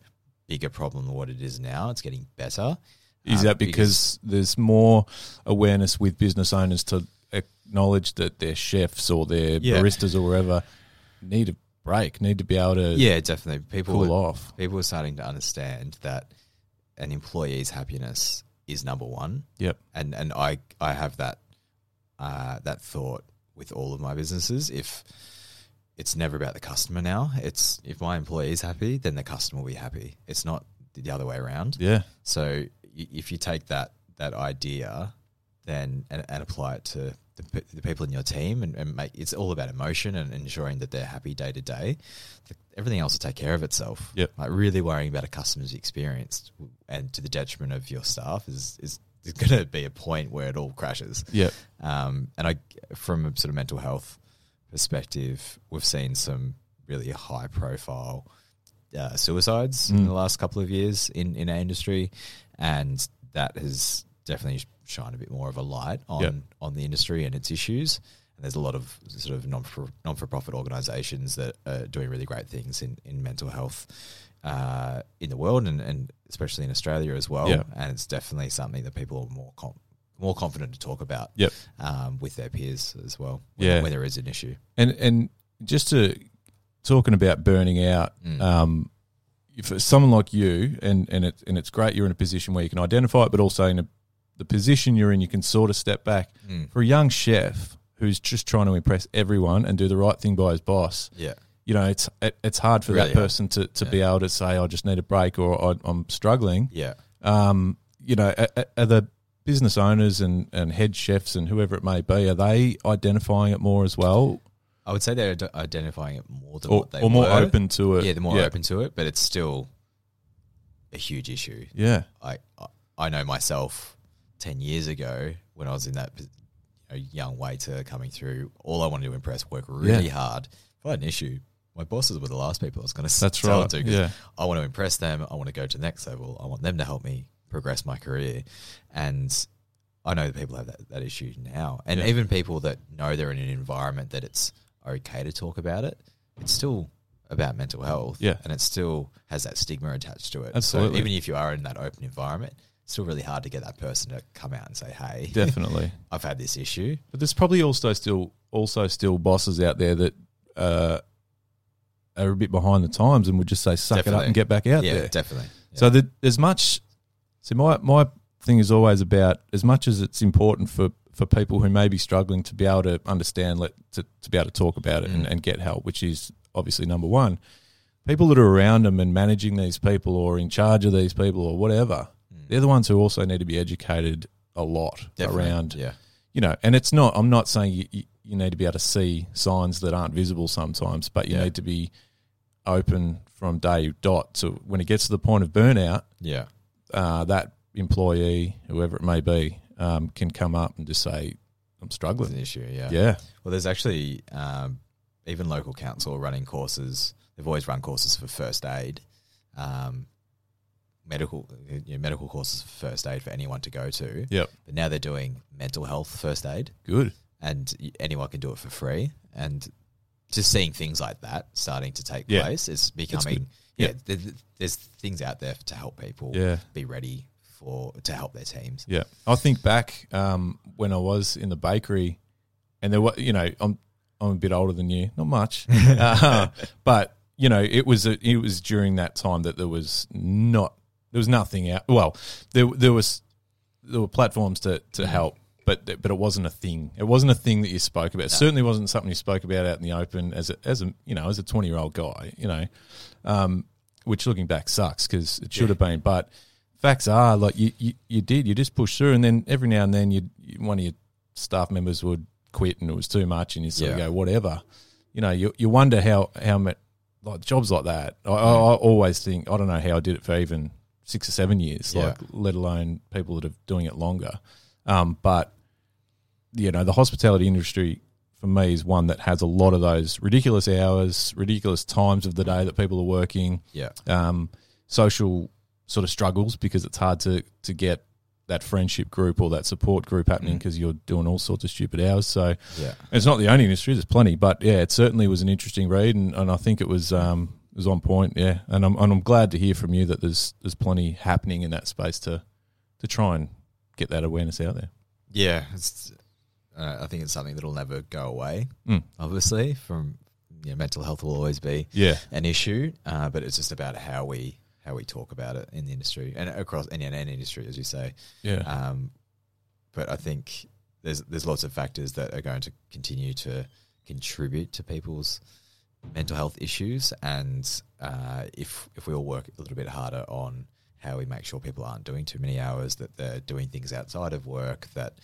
Speaker 1: bigger problem than what it is now. It's getting better.
Speaker 2: Is
Speaker 1: Um,
Speaker 2: that because, there's more awareness with business owners to acknowledge that their chefs or their
Speaker 1: Yeah.
Speaker 2: baristas or wherever need a break, need to be able to
Speaker 1: yeah, definitely people
Speaker 2: cool off?
Speaker 1: people are starting to understand that an employee's happiness is number one.
Speaker 2: Yep.
Speaker 1: And and I I have that uh, that thought with all of my businesses. If it's never about the customer now, it's if my employee is happy, then the customer will be happy. It's not the other way around.
Speaker 2: Yeah,
Speaker 1: So y- if you take that that idea, then and, and apply it to the, pe- the people in your team, and, and make it's all about emotion and ensuring that they're happy day to day. th- Everything else will take care of itself.
Speaker 2: Yep.
Speaker 1: Like really worrying about a customer's experience w- and to the detriment of your staff is is, is going to be a point where it all crashes.
Speaker 2: yeah,
Speaker 1: Um, and I, from a sort of mental health perspective, we've seen some really high profile uh, suicides in
Speaker 2: Mm.
Speaker 1: the last couple of years in, in our industry. And that has definitely sh- shined a bit more of a light on,
Speaker 2: Yep.
Speaker 1: on the industry and its issues. And there's a lot of sort of non for profit organizations that are doing really great things in, in mental health uh, in the world and, and especially in Australia as well.
Speaker 2: Yeah.
Speaker 1: And it's definitely something that people are more com- more confident to talk about
Speaker 2: Yep.
Speaker 1: um, with their peers as well.
Speaker 2: Yeah.
Speaker 1: When there is an issue.
Speaker 2: And and just to talking about burning out,
Speaker 1: Mm.
Speaker 2: um, for someone like you, and and it's and it's great you're in a position where you can identify it, but also in a, the position you're in, you can sort of step back.
Speaker 1: Mm.
Speaker 2: For a young chef who's just trying to impress everyone and do the right thing by his boss,
Speaker 1: Yeah.
Speaker 2: you know, it's it, it's hard for
Speaker 1: Really
Speaker 2: that
Speaker 1: hard.
Speaker 2: person to, to be able to say, I just need a break or I, I'm struggling.
Speaker 1: Yeah.
Speaker 2: Um, you know, are, are- are the business owners and, and head chefs and whoever it may be, are they identifying it more as well
Speaker 1: I would say they're ad- identifying it more than
Speaker 2: or,
Speaker 1: what they
Speaker 2: or more
Speaker 1: were.
Speaker 2: open to it?
Speaker 1: Yeah, they're more open to it, but it's still a huge issue.
Speaker 2: Yeah.
Speaker 1: I I- I know myself ten years ago when I was in that you know, young waiter coming through. All I wanted to impress, work really hard. If I had an issue, my bosses were the last people I was going to
Speaker 2: That's
Speaker 1: tell
Speaker 2: right,
Speaker 1: to 'cause
Speaker 2: yeah.
Speaker 1: I want to impress them. I want to go to the next level. I want them to help me progress my career. And I know that people have that, that issue now, and
Speaker 2: Yeah.
Speaker 1: even people that know they're in an environment that it's okay to talk about it. It's still about mental health,
Speaker 2: Yeah.
Speaker 1: and it still has that stigma attached to it.
Speaker 2: Absolutely.
Speaker 1: So even if you are in that open environment, it's still really hard to get that person to come out and say, "Hey,
Speaker 2: Definitely.
Speaker 1: I've had this issue."
Speaker 2: But there's probably also still also still bosses out there that uh, are a bit behind the times and would just say suck it up
Speaker 1: Definitely.
Speaker 2: and get back out
Speaker 1: yeah,
Speaker 2: there.
Speaker 1: definitely. Yeah.
Speaker 2: So that as much, see, my my thing is always about as much as it's important for for people who may be struggling to be able to understand, let to, to be able to talk about it and,
Speaker 1: Mm.
Speaker 2: and get help, which is obviously number one. People that are around them and managing these people or in charge of these people or whatever,
Speaker 1: Mm.
Speaker 2: they're the ones who also need to be educated a lot
Speaker 1: Definitely.
Speaker 2: around
Speaker 1: yeah,
Speaker 2: you know, and it's not. I'm not saying you, you, you need to be able to see signs that aren't visible sometimes, but you
Speaker 1: Yeah.
Speaker 2: need to be open from day dot. So when it gets to the point of burnout,
Speaker 1: yeah,
Speaker 2: uh, that employee, whoever it may be, um, can come up and just say, "I'm
Speaker 1: it's
Speaker 2: struggling."
Speaker 1: an issue.
Speaker 2: Yeah,
Speaker 1: Well, there's actually um, even local council running courses. They've always run courses for first aid, um, medical you know, medical courses for first aid for anyone to go to.
Speaker 2: Yep.
Speaker 1: But now they're doing mental health first aid,
Speaker 2: good.
Speaker 1: and y- anyone can do it for free. And just seeing things like that starting to take
Speaker 2: Yeah.
Speaker 1: place is becoming yeah.
Speaker 2: Yeah.
Speaker 1: th- th- there's things out there to help people
Speaker 2: Yeah,
Speaker 1: be ready for to help their teams.
Speaker 2: yeah. I think back um, when I was in the bakery, and there were, you know, I'm I'm a bit older than you, not much, uh, but you know, it was a, it was during that time that there was not there was nothing out. Well, there there was there were platforms to to help, but but it wasn't a thing. It wasn't a thing that you spoke about. It certainly wasn't something you spoke about out in the open as a, as a you know as a twenty year old guy. You know, um, which looking back sucks because it should have been, but. Facts are like you, you, you did you just pushed through and then every now and then you one of your staff members would quit and it was too much and you sort
Speaker 1: Yeah.
Speaker 2: of go whatever you know you, you wonder how how much like jobs like that I, I, I always think i don't know how i did it for even six or seven years
Speaker 1: Yeah.
Speaker 2: like let alone people that are doing it longer um, but you know the hospitality industry for me is one that has a lot of those ridiculous hours ridiculous times of the day that people are working
Speaker 1: Yeah,
Speaker 2: um, social sort of struggles because it's hard to to get that friendship group or that support group happening because you're doing all sorts of stupid hours. So
Speaker 1: yeah,
Speaker 2: Mm. it's not the only industry. There's plenty, but yeah, it certainly was an interesting read, and, and I think it was um, it was on point. Yeah, and I'm and I'm glad to hear from you that there's there's plenty happening in that space to to try and get that awareness out there.
Speaker 1: yeah. It's, uh, I think it's something that'll never go away.
Speaker 2: Mm.
Speaker 1: obviously from you know, mental health will always be
Speaker 2: Yeah,
Speaker 1: an issue uh, but it's just about how we how we talk about it in the industry and across any and any industry as you say
Speaker 2: yeah,
Speaker 1: um, but I think there's there's lots of factors that are going to continue to contribute to people's mental health issues and uh, if if we all work a little bit harder on how we make sure people aren't doing too many hours, that they're doing things outside of work, that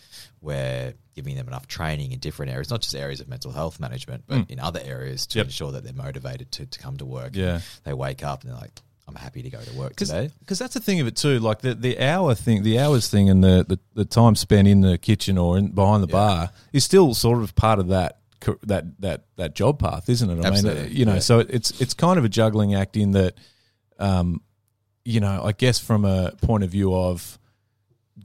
Speaker 1: we're giving them enough training in different areas, not just areas of mental health management, but
Speaker 2: Mm.
Speaker 1: in other areas to
Speaker 2: Yep.
Speaker 1: ensure that they're motivated to, to come to work.
Speaker 2: yeah.
Speaker 1: They wake up and they're like, I'm happy to go to work
Speaker 2: Cause,
Speaker 1: today.
Speaker 2: 'cause that's the thing of it too. Like the, the hour thing, the hours thing, and the, the, the time spent in the kitchen or in, behind the
Speaker 1: Yeah.
Speaker 2: bar is still sort of part of that co- that that that job path, isn't it? I mean, uh,
Speaker 1: Absolutely,
Speaker 2: you know,
Speaker 1: yeah.
Speaker 2: so it's it's kind of a juggling act in that, um, you know, I guess from a point of view of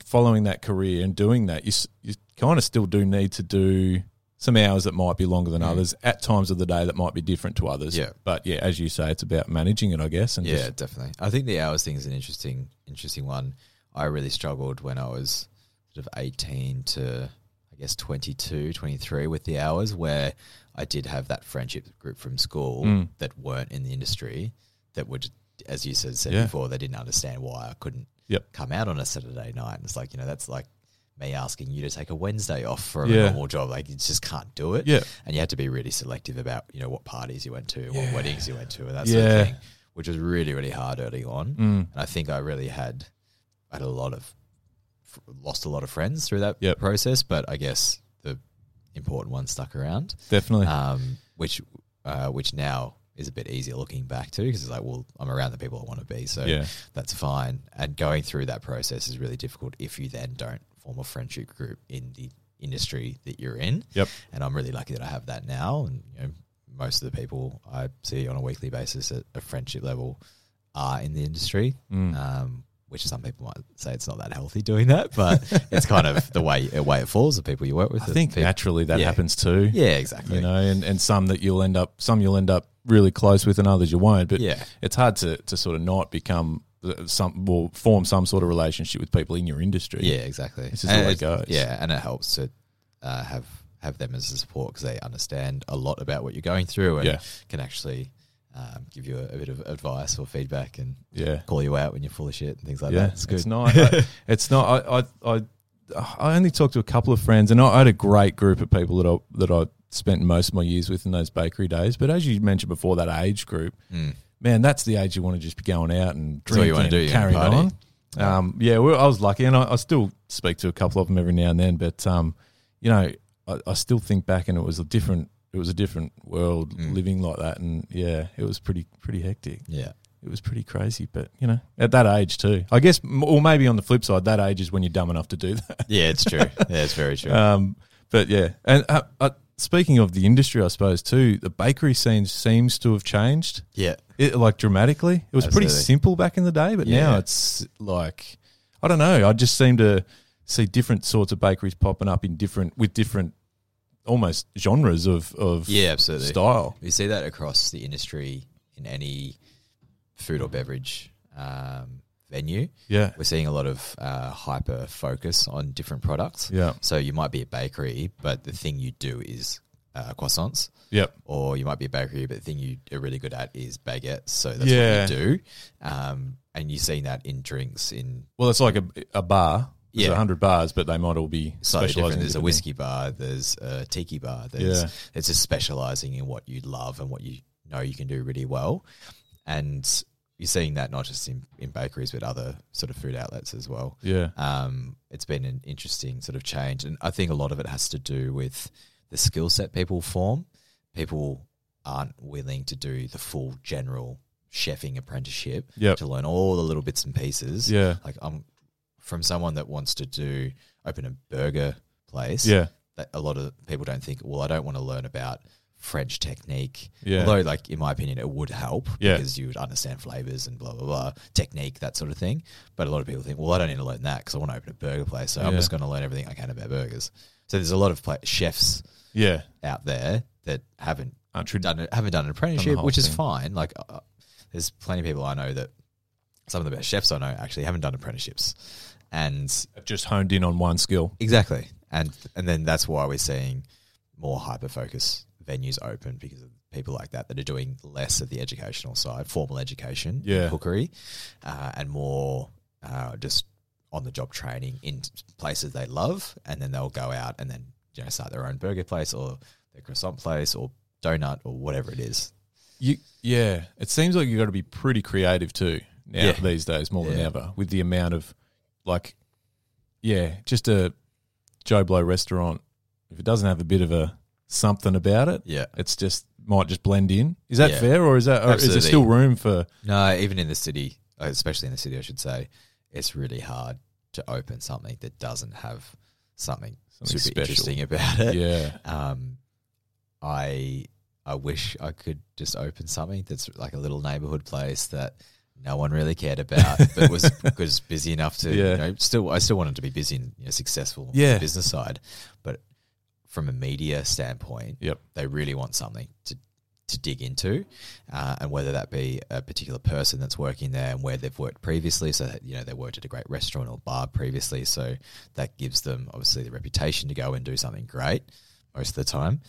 Speaker 2: following that career and doing that, you s- you kind of still do need to do some hours that might be longer than
Speaker 1: Mm.
Speaker 2: others at times of the day that might be different to others.
Speaker 1: Yeah.
Speaker 2: But yeah, as you say, it's about managing it, I guess. And
Speaker 1: yeah,
Speaker 2: just,
Speaker 1: definitely. I think the hours thing is an interesting, interesting one. I really struggled when I was sort of 18 to, I guess, 22, 23 with the hours where I did have that friendship group from school
Speaker 2: Mm.
Speaker 1: that weren't in the industry that would, as you said, said
Speaker 2: Yeah.
Speaker 1: before, they didn't understand why I couldn't
Speaker 2: Yep.
Speaker 1: come out on a Saturday night. And it's like, you know, that's like me asking you to take a Wednesday off for a
Speaker 2: Yeah.
Speaker 1: normal job. Like, you just can't do it
Speaker 2: yeah,
Speaker 1: and you had to be really selective about you know what parties you went to,
Speaker 2: Yeah.
Speaker 1: what weddings you went to, and that sort
Speaker 2: Yeah.
Speaker 1: of thing, which was really really hard early on.
Speaker 2: Mm.
Speaker 1: And I think I really had had a lot of f- lost a lot of friends through that
Speaker 2: Yep.
Speaker 1: process, but I guess the important ones stuck around,
Speaker 2: definitely.
Speaker 1: um, which uh, which now is a bit easier looking back to because it's like well I'm around the people I want to be, so
Speaker 2: yeah,
Speaker 1: that's fine. And going through that process is really difficult if you then don't form a friendship group in the industry that you're in.
Speaker 2: Yep.
Speaker 1: And I'm really lucky that I have that now. And you know, most of the people I see on a weekly basis at a friendship level are in the industry,
Speaker 2: Mm.
Speaker 1: um, which some people might say it's not that healthy doing that, but it's kind of the way the way it falls. The people you work with,
Speaker 2: I
Speaker 1: the
Speaker 2: think
Speaker 1: people-
Speaker 2: naturally that
Speaker 1: yeah.
Speaker 2: happens too.
Speaker 1: yeah, exactly.
Speaker 2: You know, and, and some that you'll end up some you'll end up really close with, and others you won't. But
Speaker 1: yeah,
Speaker 2: it's hard to, to sort of not become uh, some or form some sort of relationship with people in your industry.
Speaker 1: yeah, exactly.
Speaker 2: This is
Speaker 1: And
Speaker 2: the way it
Speaker 1: it's-
Speaker 2: goes.
Speaker 1: Yeah, and it helps to uh, have have them as a support because they understand a lot about what you're going through and
Speaker 2: Yeah.
Speaker 1: can actually um, give you a, a bit of advice or feedback and
Speaker 2: yeah.
Speaker 1: call you out when you're full of shit and things like
Speaker 2: yeah,
Speaker 1: that. It's good.
Speaker 2: not. I, it's not. I, I, I, I only talked to a couple of friends, and I, I had a great group of people that I that I spent most of my years with in those bakery days. But as you mentioned before, that age group,
Speaker 1: Mm.
Speaker 2: man, that's the age you want to just be going out and
Speaker 1: That's all
Speaker 2: drinking,
Speaker 1: you wanna do,
Speaker 2: and
Speaker 1: you wanna
Speaker 2: carrying
Speaker 1: party.
Speaker 2: on. Um, yeah, well, I was lucky, and I, I still speak to a couple of them every now and then. But um, you know, I, I still think back, and it was a different. It was a different world
Speaker 1: Mm.
Speaker 2: living like that, and yeah, it was pretty pretty hectic
Speaker 1: Yeah,
Speaker 2: it was pretty crazy. But you know, at that age too, I guess, m- or maybe on the flip side, that age is when you're dumb enough to do that.
Speaker 1: yeah, it's true. yeah, it's very true.
Speaker 2: Um, but yeah, and uh, uh, speaking of the industry, I suppose too, the bakery scene seems to have changed
Speaker 1: yeah,
Speaker 2: it like dramatically. It was pretty
Speaker 1: Absolutely.
Speaker 2: simple back in the day, but now
Speaker 1: Yeah.
Speaker 2: it's like I don't know. I just seem to see different sorts of bakeries popping up in different with different almost genres of of
Speaker 1: yeah, absolutely.
Speaker 2: style.
Speaker 1: You see that across the industry in any food or beverage um, venue.
Speaker 2: Yeah,
Speaker 1: We're seeing a lot of uh, hyper focus on different products.
Speaker 2: yeah,
Speaker 1: So you might be a bakery, but the thing you do is uh, croissants.
Speaker 2: yep,
Speaker 1: or you might be a bakery, but the thing you are really good at is baguettes. So that's
Speaker 2: Yeah.
Speaker 1: what you do. Um, and you've seen that in drinks in
Speaker 2: Well, it's like a, a bar. There's
Speaker 1: Yeah.
Speaker 2: 100 bars, but they might all be
Speaker 1: slightly
Speaker 2: specializing
Speaker 1: different.
Speaker 2: in
Speaker 1: There's a
Speaker 2: different
Speaker 1: whiskey bar, there's a tiki bar, there's
Speaker 2: Yeah.
Speaker 1: it's just specializing in what you love and what you know you can do really well. And you're seeing that not just in, in bakeries but other sort of food outlets as well.
Speaker 2: things. Yeah.
Speaker 1: Um, it's been an interesting sort of change, and I think a lot of it has to do with the skill set people form. People aren't willing to do the full general chefing apprenticeship
Speaker 2: Yep.
Speaker 1: to learn all the little bits and pieces.
Speaker 2: Yeah.
Speaker 1: Like I'm from someone that wants to do open a burger place.
Speaker 2: Yeah.
Speaker 1: That a lot of people don't think. Well, I don't want to learn about French technique.
Speaker 2: Yeah.
Speaker 1: Although, like in my opinion, it would help
Speaker 2: Yeah.
Speaker 1: because you would understand flavors and blah blah blah technique that sort of thing. But a lot of people think, well, I don't need to learn that because I want to open a burger place, so I'm
Speaker 2: Yeah.
Speaker 1: just going to learn everything I can about burgers. So there's a lot of pla chefs
Speaker 2: yeah.
Speaker 1: out there that haven't
Speaker 2: Aren't true.
Speaker 1: done haven't done an apprenticeship,
Speaker 2: whole
Speaker 1: which is
Speaker 2: thing.
Speaker 1: fine. Like, uh, there's plenty of people I know that some of the best chefs I know actually haven't done apprenticeships, and
Speaker 2: Just honed in on one skill.
Speaker 1: Exactly, and and then that's why we're seeing more hyper focus venues open because of people like that that are doing less of the educational side, formal education,
Speaker 2: Yeah.
Speaker 1: cookery, uh, and more uh, just on the job training in places they love, and then they'll go out and then you know start their own burger place or their croissant place or donut or whatever it is.
Speaker 2: You, yeah. It seems like you've got to be pretty creative too now
Speaker 1: Yeah.
Speaker 2: these days more than
Speaker 1: Yeah.
Speaker 2: ever with the amount of like, yeah, just a Joe Blow restaurant. If it doesn't have a bit of a something about it,
Speaker 1: Yeah.
Speaker 2: it's just might just blend in. Is that
Speaker 1: Yeah.
Speaker 2: fair or is that or is there
Speaker 1: Absolutely.
Speaker 2: still room for
Speaker 1: No, even in the city, especially in the city, I should say, it's really hard to open something that doesn't have something,
Speaker 2: something
Speaker 1: super
Speaker 2: special?
Speaker 1: interesting about it.
Speaker 2: Yeah.
Speaker 1: Um, I I wish I could just open something that's like a little neighborhood place that no one really cared about, but was was busy enough to
Speaker 2: Yeah.
Speaker 1: you know still I still wanted to be busy and you know, successful on the
Speaker 2: Yeah.
Speaker 1: business side, but from a media standpoint,
Speaker 2: Yep.
Speaker 1: they really want something to to dig into, uh, and whether that be a particular person that's working there and where they've worked previously. So that, you know they worked at a great restaurant or bar previously, so that gives them obviously the reputation to go and do something great most of the time,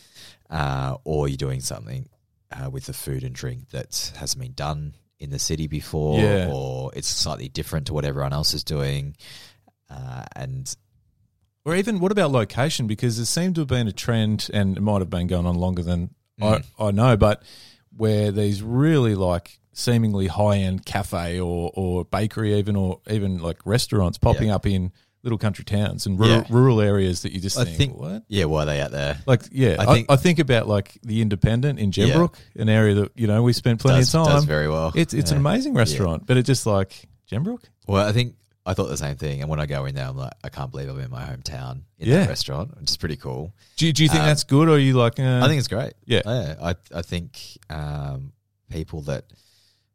Speaker 1: uh, or you're doing something uh, with the food and drink that hasn't been done in the city before,
Speaker 2: Yeah.
Speaker 1: or it's slightly different to what everyone else is doing. Uh, and
Speaker 2: Or even what about location? Because there seemed to have been a trend, and it might have been going on longer than
Speaker 1: Mm.
Speaker 2: I, I know, but where these really like seemingly high end cafe or or bakery, even or even like restaurants popping
Speaker 1: Yeah.
Speaker 2: up in little country towns and rural,
Speaker 1: Yeah.
Speaker 2: rural areas that you just
Speaker 1: I
Speaker 2: think,
Speaker 1: think-
Speaker 2: what?
Speaker 1: yeah, why are they out there?
Speaker 2: Like yeah,
Speaker 1: I
Speaker 2: I
Speaker 1: think-
Speaker 2: I, think about like the Independent in
Speaker 1: Yeah.
Speaker 2: Gembrook, an area that you know we spent plenty
Speaker 1: does,
Speaker 2: of
Speaker 1: does
Speaker 2: time.
Speaker 1: very well.
Speaker 2: It's it's an
Speaker 1: Yeah.
Speaker 2: amazing restaurant, but it just like Gembrook.
Speaker 1: Well, I think I thought the same thing, and when I go in there, I'm like, I can't believe I'm in my hometown in
Speaker 2: Yeah.
Speaker 1: that restaurant, which is pretty cool.
Speaker 2: Do you, do you think
Speaker 1: Um,
Speaker 2: that's good, or are you like? Uh,
Speaker 1: I think it's great.
Speaker 2: Yeah.
Speaker 1: I I think um, people that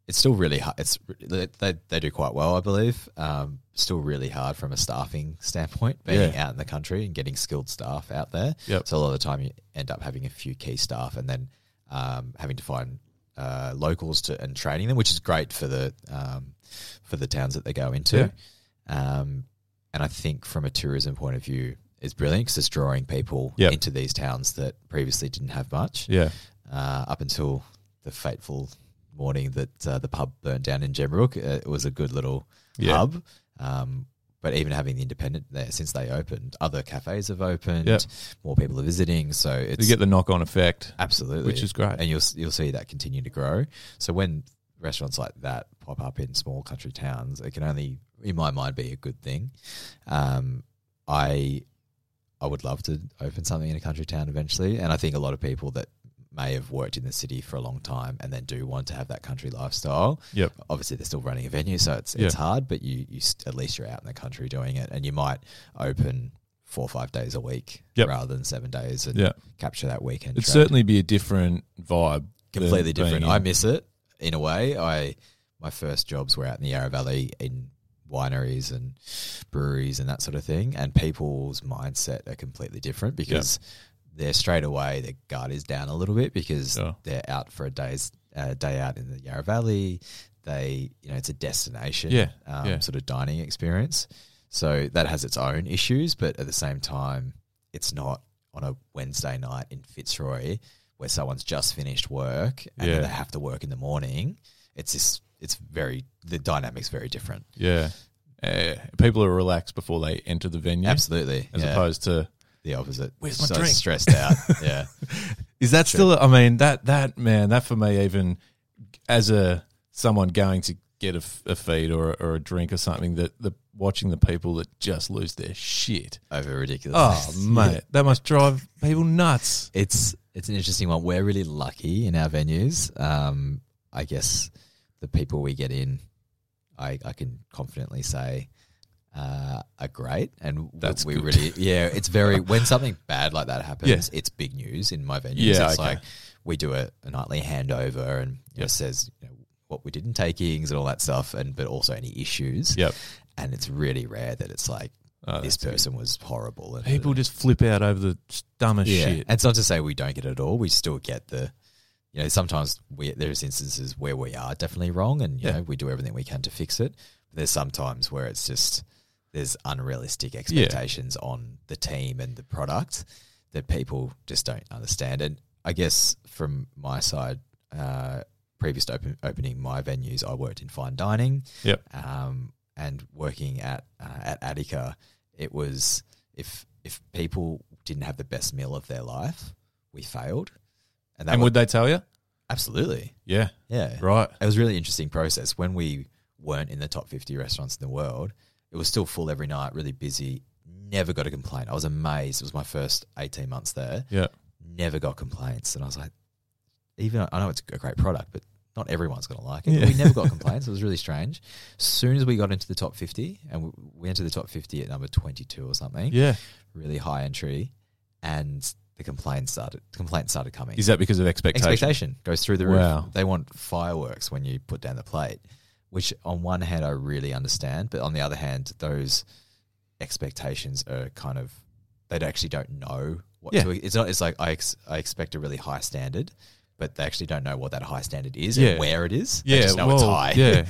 Speaker 1: it's still really hard. It's they, they they do quite well, I believe. Um, still really hard from a staffing standpoint, being out in the country and getting skilled staff out there.
Speaker 2: Yep.
Speaker 1: So a lot of the time you end up having a few key staff, and then um, having to find uh, locals to and training them, which is great for the um, for the towns that they go into. Um, and I think from a tourism point of view, it's brilliant because it's drawing people
Speaker 2: Yep.
Speaker 1: into these towns that previously didn't have much
Speaker 2: yeah.
Speaker 1: uh, up until the fateful morning that uh, the pub burned down in Gembrook. Uh, it was a good little
Speaker 2: Yeah.
Speaker 1: hub. Um, but even having the independent there since they opened, other cafes have opened,
Speaker 2: Yep.
Speaker 1: more people are visiting. So it's
Speaker 2: you get the knock on effect,
Speaker 1: absolutely
Speaker 2: which is great.
Speaker 1: and you'll you'll see that continue to grow. So when restaurants like that pop up in small country towns, it can only, in my mind, be a good thing. Um, I I would love to open something in a country town eventually, and I think a lot of people that may have worked in the city for a long time and then do want to have that country lifestyle.
Speaker 2: Yep.
Speaker 1: Obviously, they're still running a venue, so it's it's hard, but you you st- at least you're out in the country doing it, and you might open. Four or five days a week
Speaker 2: Yep.
Speaker 1: rather than seven days and
Speaker 2: Yeah.
Speaker 1: capture that weekend.
Speaker 2: It'd
Speaker 1: trade
Speaker 2: certainly be a different vibe. than
Speaker 1: completely
Speaker 2: being
Speaker 1: different.
Speaker 2: in-
Speaker 1: I miss it in a way. I my first jobs were out in the Yarra Valley in wineries and breweries and that sort of thing, and people's mindset are completely different because they're straight away their guard is down a little bit because
Speaker 2: Yeah.
Speaker 1: they're out for a day's uh, day out in the Yarra Valley. They you know it's a destination
Speaker 2: Yeah,
Speaker 1: um,
Speaker 2: yeah.
Speaker 1: sort of dining experience, so that has its own issues, but at the same time, it's not on a Wednesday night in Fitzroy where someone's just finished work and
Speaker 2: Yeah.
Speaker 1: then they have to work in the morning. It's just, it's very, the dynamic's very different.
Speaker 2: yeah. Uh, people are relaxed before they enter the venue,
Speaker 1: Absolutely.
Speaker 2: as
Speaker 1: yeah.
Speaker 2: opposed to
Speaker 1: the opposite.
Speaker 2: Where's my
Speaker 1: so
Speaker 2: drink?
Speaker 1: stressed out. yeah.
Speaker 2: is that still? I mean that that man that for me even as a someone going to get a, f- a feed or a, or a drink or something that the watching the people that just lose their shit.
Speaker 1: Over ridiculous.
Speaker 2: Oh mate, that must drive people nuts.
Speaker 1: It's it's an interesting one. We're really lucky in our venues. Um, I guess the people we get in, I, I can confidently say, uh, are great, and
Speaker 2: That's
Speaker 1: we
Speaker 2: good.
Speaker 1: really yeah. It's very when something bad like that happens, it's big news in my venues.
Speaker 2: Yeah,
Speaker 1: it's
Speaker 2: okay.
Speaker 1: like we do a, a nightly handover, and you know, it says you know, what we did in takings and all that stuff, and but also any issues.
Speaker 2: Yep.
Speaker 1: and it's really rare that it's like
Speaker 2: Oh,
Speaker 1: this person was horrible. And
Speaker 2: People just flip out over the dumbest
Speaker 1: yeah.
Speaker 2: shit.
Speaker 1: And it's not to say we don't get it at all. We still get the, you know, sometimes we there's instances where we are definitely wrong, and you
Speaker 2: Yeah.
Speaker 1: know we do everything we can to fix it. But there's sometimes where it's just there's unrealistic
Speaker 2: Yeah.
Speaker 1: expectations on the team and the product that people just don't understand. And I guess from my side, uh, previous to open, opening my venues, I worked in fine dining.
Speaker 2: Yep.
Speaker 1: Um, and working at uh, at Attica, it was if if people didn't have the best meal of their life, we failed. And that
Speaker 2: And
Speaker 1: was,
Speaker 2: would they tell you?
Speaker 1: absolutely,
Speaker 2: Yeah,
Speaker 1: yeah.
Speaker 2: right.
Speaker 1: It was a really interesting process when we weren't in the top fifty restaurants in the world. It was still full every night, really busy. Never got a complaint. I was amazed. It was my first eighteen months there.
Speaker 2: Yeah.
Speaker 1: Never got complaints, and I was like, even I know it's a great product, but not everyone's going to like it.
Speaker 2: Yeah.
Speaker 1: We never got complaints. It was really strange. As soon as we got into the top fifty, and we, we entered the top fifty at number twenty-two or something,
Speaker 2: Yeah.
Speaker 1: really high entry, and the complaints started. Complaints started coming.
Speaker 2: Is that because of expectation?
Speaker 1: Expectation goes through the roof.
Speaker 2: Wow.
Speaker 1: They want fireworks when you put down the plate, which on one hand I really understand, but on the other hand, those expectations are kind of they actually don't know what
Speaker 3: Yeah.
Speaker 1: to, it's not it's like I ex, I expect a really high standard, but they actually don't know what that high standard is
Speaker 3: Yeah.
Speaker 1: and where it is. They just know it's
Speaker 2: well,
Speaker 1: high.
Speaker 2: yeah.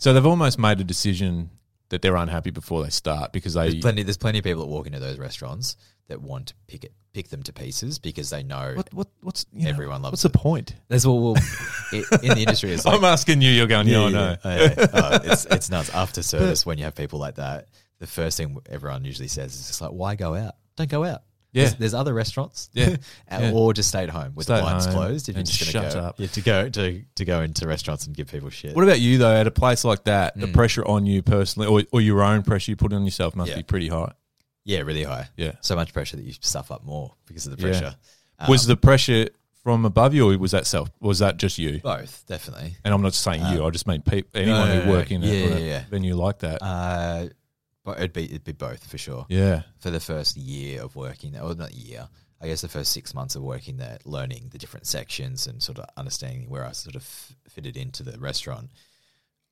Speaker 2: So they've almost made a decision that they're unhappy before they start because they
Speaker 1: There's plenty there's plenty of people that walk into those restaurants that want to pick it pick them to pieces because they know
Speaker 2: what, what what's you know,
Speaker 1: Everyone loves
Speaker 2: what's the point?
Speaker 1: that's what we'll, i in the industry it's like
Speaker 3: I'm asking you. You're going. Yeah, I know.
Speaker 1: yeah, yeah. Oh, yeah. Oh, it's it's nuts. After service, when you have people like that, the first thing everyone usually says is just like, "Why go out? Don't go out."
Speaker 2: Yeah.
Speaker 1: There's, there's other restaurants.
Speaker 2: Yeah.
Speaker 1: And-
Speaker 2: Yeah.
Speaker 1: Or just stay at home with
Speaker 2: Stay
Speaker 1: the
Speaker 2: at
Speaker 1: blinds
Speaker 2: home
Speaker 1: closed. If you're
Speaker 2: and
Speaker 1: just going
Speaker 2: shut
Speaker 1: to go,
Speaker 2: up.
Speaker 1: yeah, to go to to go into restaurants and give people shit.
Speaker 2: What about you though? At a place like that, the
Speaker 1: Mm.
Speaker 2: pressure on you personally, or, or your own pressure you put on yourself, must
Speaker 1: Yeah.
Speaker 2: be pretty high.
Speaker 1: yeah, really high.
Speaker 2: Yeah.
Speaker 1: So much pressure that you stuff up more because of the
Speaker 2: Yeah.
Speaker 1: pressure. Um,
Speaker 2: was the pressure from above you, or was that self? Was that just you?
Speaker 1: both definitely.
Speaker 2: And I'm not saying you. I just mean peop anyone
Speaker 1: Uh, no,
Speaker 2: who
Speaker 1: no,
Speaker 2: work in a,
Speaker 1: yeah,
Speaker 2: on a
Speaker 1: yeah, yeah.
Speaker 2: venue like that.
Speaker 1: Uh, but it'd be it'd be both for sure.
Speaker 2: yeah.
Speaker 1: for the first year of working there, or not year, I guess the first six months of working there, learning the different sections and sort of understanding where I sort of f- fitted into the restaurant.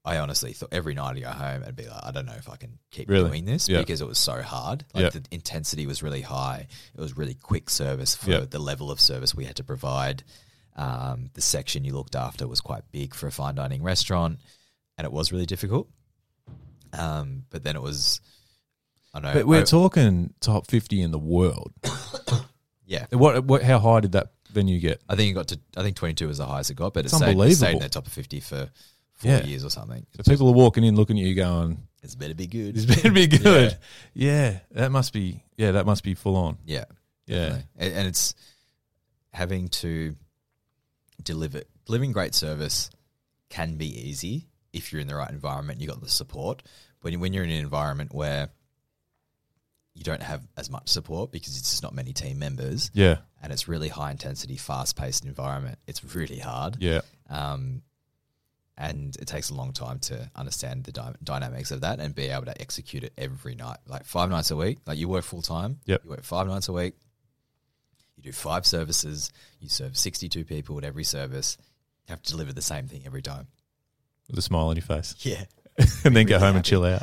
Speaker 1: I honestly thought every night I go home and be like, I don't know if I can keep
Speaker 2: Really?
Speaker 1: doing this
Speaker 2: Yeah.
Speaker 1: because it was so hard. Like
Speaker 2: Yeah.
Speaker 1: the intensity was really high. It was really quick service for
Speaker 2: Yeah.
Speaker 1: the level of service we had to provide. Um, the section you looked after was quite big for a fine dining restaurant, and it was really difficult. Um, but then it was, I don't know.
Speaker 2: But we're
Speaker 1: I-
Speaker 2: talking top 50 in the world.
Speaker 1: yeah,
Speaker 2: What, what, how high did that venue get?
Speaker 1: I think it got to. I think twenty two was the highest it got, but
Speaker 2: It's
Speaker 1: it stayed, it stayed
Speaker 2: unbelievable.
Speaker 1: in the top of fifty for four
Speaker 2: Yeah.
Speaker 1: years or something.
Speaker 2: So people are walking in looking at you going,
Speaker 1: It's better be good.
Speaker 2: this better be good. Yeah. that must be, yeah, that must be full on.
Speaker 1: Yeah,
Speaker 2: Yeah.
Speaker 1: definitely. And, and it's having to deliver delivering great service can be easy if you're in the right environment. You got the support. When you, when you're in an environment where you don't have as much support because it's just not many team members,
Speaker 2: Yeah.
Speaker 1: and it's really high intensity, fast paced environment. It's really hard.
Speaker 2: Yeah.
Speaker 1: um, and it takes a long time to understand the dy- dynamics of that and be able to execute it every night, like five nights a week. Like you work full time,
Speaker 2: Yep.
Speaker 1: you work five nights a week, you do five services, you serve sixty-two people at every service. You have to deliver the same thing every time.
Speaker 2: With a smile on your face.
Speaker 1: Yeah,
Speaker 2: and then go
Speaker 1: really
Speaker 2: home and chill out.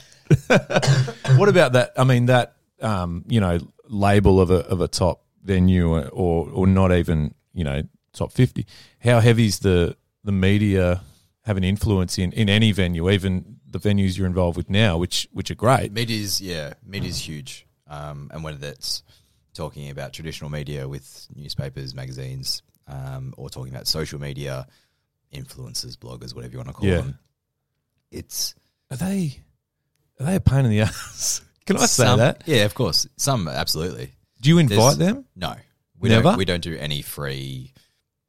Speaker 2: what about that? I mean, that um, you know label of a of a top venue, or or not even you know top fifty. How heavy is the the media have an influence in in any venue, even the venues you're involved with now, which which are great.
Speaker 1: media's yeah, media's huge, um, and whether that's talking about traditional media with newspapers, magazines, um, or talking about social media, influencers, bloggers, whatever you want to call
Speaker 2: Yeah.
Speaker 1: them, it's
Speaker 2: Are they are they a pain in the ass? Can I say
Speaker 1: Some-
Speaker 2: that?
Speaker 1: Yeah, of course. Some absolutely.
Speaker 2: Do you invite
Speaker 1: There's-
Speaker 2: them?
Speaker 1: No, we
Speaker 2: Never?
Speaker 1: Don't, we don't do any free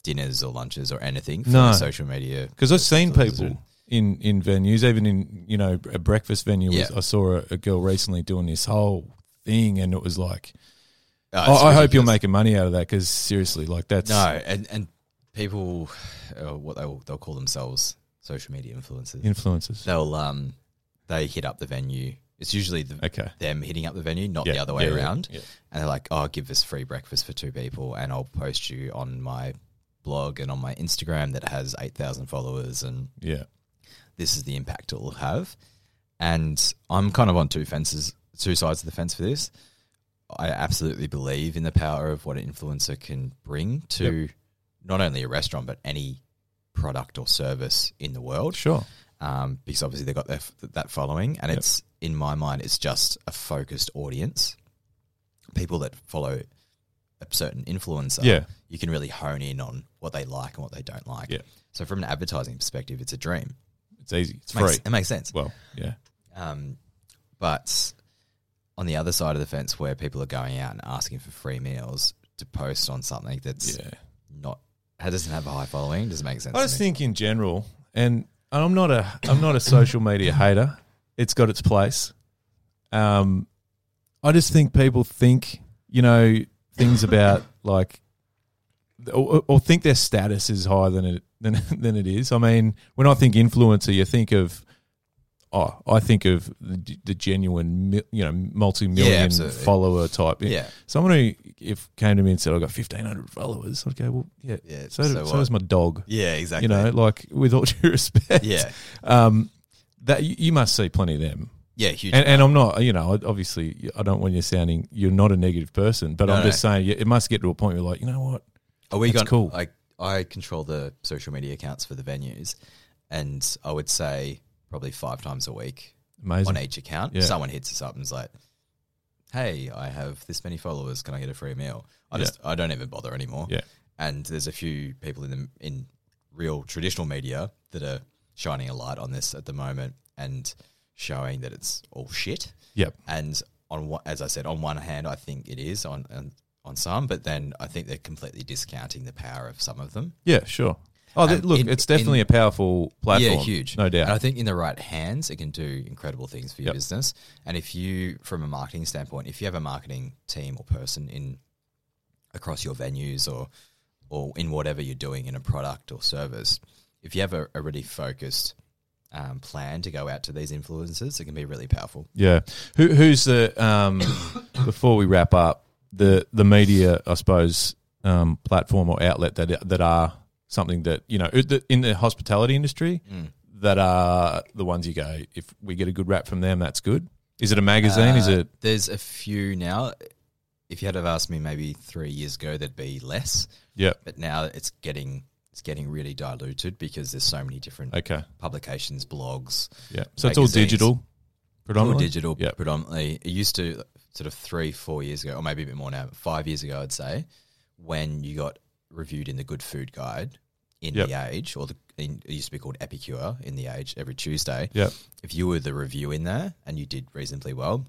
Speaker 1: dinners or lunches or anything for
Speaker 2: No.
Speaker 1: social media.
Speaker 2: Because I've seen
Speaker 1: Influencers
Speaker 2: people. In, in venues, even in you know a breakfast venue,
Speaker 1: Yeah.
Speaker 2: I saw a, a girl recently doing this whole thing, and it was like
Speaker 1: Oh,
Speaker 2: I,
Speaker 1: it's
Speaker 2: I hope you're
Speaker 1: ridiculous.
Speaker 2: making money out of that because seriously, like that's
Speaker 1: no, and and people, uh, what they'll they'll call themselves social media influencers.
Speaker 2: influences.
Speaker 1: They'll um, they hit up the venue. It's usually the,
Speaker 2: Okay,
Speaker 1: them hitting up the venue, not
Speaker 2: Yeah,
Speaker 1: the other way
Speaker 2: yeah, yeah,
Speaker 1: around.
Speaker 2: yeah.
Speaker 1: And they're like, "Oh, give this free breakfast for two people, and I'll post you on my blog and on my Instagram that has eight thousand followers and."
Speaker 2: Yeah,
Speaker 1: this is the impact it will have. And I'm kind of on two fences, two sides of the fence for this. I absolutely believe in the power of what an influencer can bring to not only a restaurant, but any product or service in the world.
Speaker 2: sure.
Speaker 1: Um, because obviously they've got their, that following. And
Speaker 2: Yep.
Speaker 1: it's, in my mind, it's just a focused audience. People that follow a certain influencer
Speaker 2: Yeah,
Speaker 1: you can really hone in on what they like and what they don't like.
Speaker 2: Yeah.
Speaker 1: So from an advertising perspective, it's a dream.
Speaker 2: it's easy. It's
Speaker 1: Makes-
Speaker 2: free.
Speaker 1: It makes sense.
Speaker 2: Well, yeah,
Speaker 1: Um, but on the other side of the fence, where people are going out and asking for free meals to post on something that's
Speaker 2: yeah.
Speaker 1: not that doesn't have a high following, doesn't make sense.
Speaker 2: I just
Speaker 1: to me.
Speaker 2: think in general, and and I'm not a I'm not a social media hater. It's got its place. Um, I just think people think you know things about like, or, or think their status is higher than it than than it is. I mean, when I think influencer, you think of. Oh, I think of the, the genuine, mi- you know,
Speaker 1: Yeah,
Speaker 2: multi-million
Speaker 1: absolutely.
Speaker 2: follower type.
Speaker 1: yeah,
Speaker 2: Someone who, if came to me and said, "I've got fifteen hundred followers," I'd go, "Well, yeah,
Speaker 1: yeah.
Speaker 2: so, so,
Speaker 1: what?
Speaker 2: is my dog.
Speaker 1: yeah, exactly.
Speaker 2: You know, like with all due respect.
Speaker 1: yeah,
Speaker 2: Um, that you, you must see plenty of them.
Speaker 1: Yeah, huge.
Speaker 2: And, and I'm not, you know, I- obviously, I don't want you sounding you're not a negative person, but
Speaker 1: No,
Speaker 2: I'm
Speaker 1: no.
Speaker 2: just saying yeah, it must get to a point where you're like, you know what?
Speaker 1: Are we
Speaker 2: That's
Speaker 1: going
Speaker 2: cool.
Speaker 1: Like I control the social media accounts for the venues, and I would say probably five times a week
Speaker 2: Amazing.
Speaker 1: on each account,
Speaker 2: Yeah.
Speaker 1: someone hits us up and is like, "Hey, I have this many followers. Can I get a free meal?" I
Speaker 2: Yeah.
Speaker 1: just I don't even bother anymore.
Speaker 2: Yeah.
Speaker 1: And there's a few people in the in real traditional media that are shining a light on this at the moment and showing that it's all shit.
Speaker 2: Yep.
Speaker 1: And on one, as I said, on one hand, I think it is on on, on some, but then I think they're completely discounting the power of some of them.
Speaker 2: Yeah, sure. Oh, th-
Speaker 1: Um,
Speaker 2: look,
Speaker 1: in-
Speaker 2: it's definitely a powerful platform.
Speaker 1: Yeah, huge,
Speaker 2: no
Speaker 1: And I
Speaker 2: doubt.
Speaker 1: think in the right hands, it can do incredible things for your
Speaker 2: Yep.
Speaker 1: business. And if you, from a marketing standpoint, if you have a marketing team or person in across your venues or or in whatever you're doing in a product or service, if you have a, a really focused um, plan to go out to these influencers, it can be really powerful.
Speaker 2: Yeah. Who, who's the um, before we wrap up the the media, I suppose, um, platform or outlet that that are something that you know that- in the hospitality industry
Speaker 1: Uh,
Speaker 2: that are the ones you go if we get a good rap from them, that's good. Is it a magazine? Is
Speaker 1: Uh,
Speaker 2: it
Speaker 1: There's a few now. If you had have asked me maybe three years ago, there'd be less.
Speaker 2: yeah?
Speaker 1: But now it's getting it's getting really diluted because there's so many different
Speaker 2: Okay.
Speaker 1: publications, blogs,
Speaker 2: Yeah. So it's all
Speaker 1: Magazines.
Speaker 2: digital,
Speaker 1: all
Speaker 2: predominantly.
Speaker 1: digital
Speaker 2: Yep.
Speaker 1: predominantly. It used to sort of three, four years ago, or maybe a bit more now, but five years ago, I'd say, when you got reviewed in the Good Food Guide in
Speaker 2: Yep.
Speaker 1: the Age, or the in, it used to be called Epicure in the Age every Tuesday.
Speaker 2: Yep.
Speaker 1: If you were the review in there and you did reasonably well,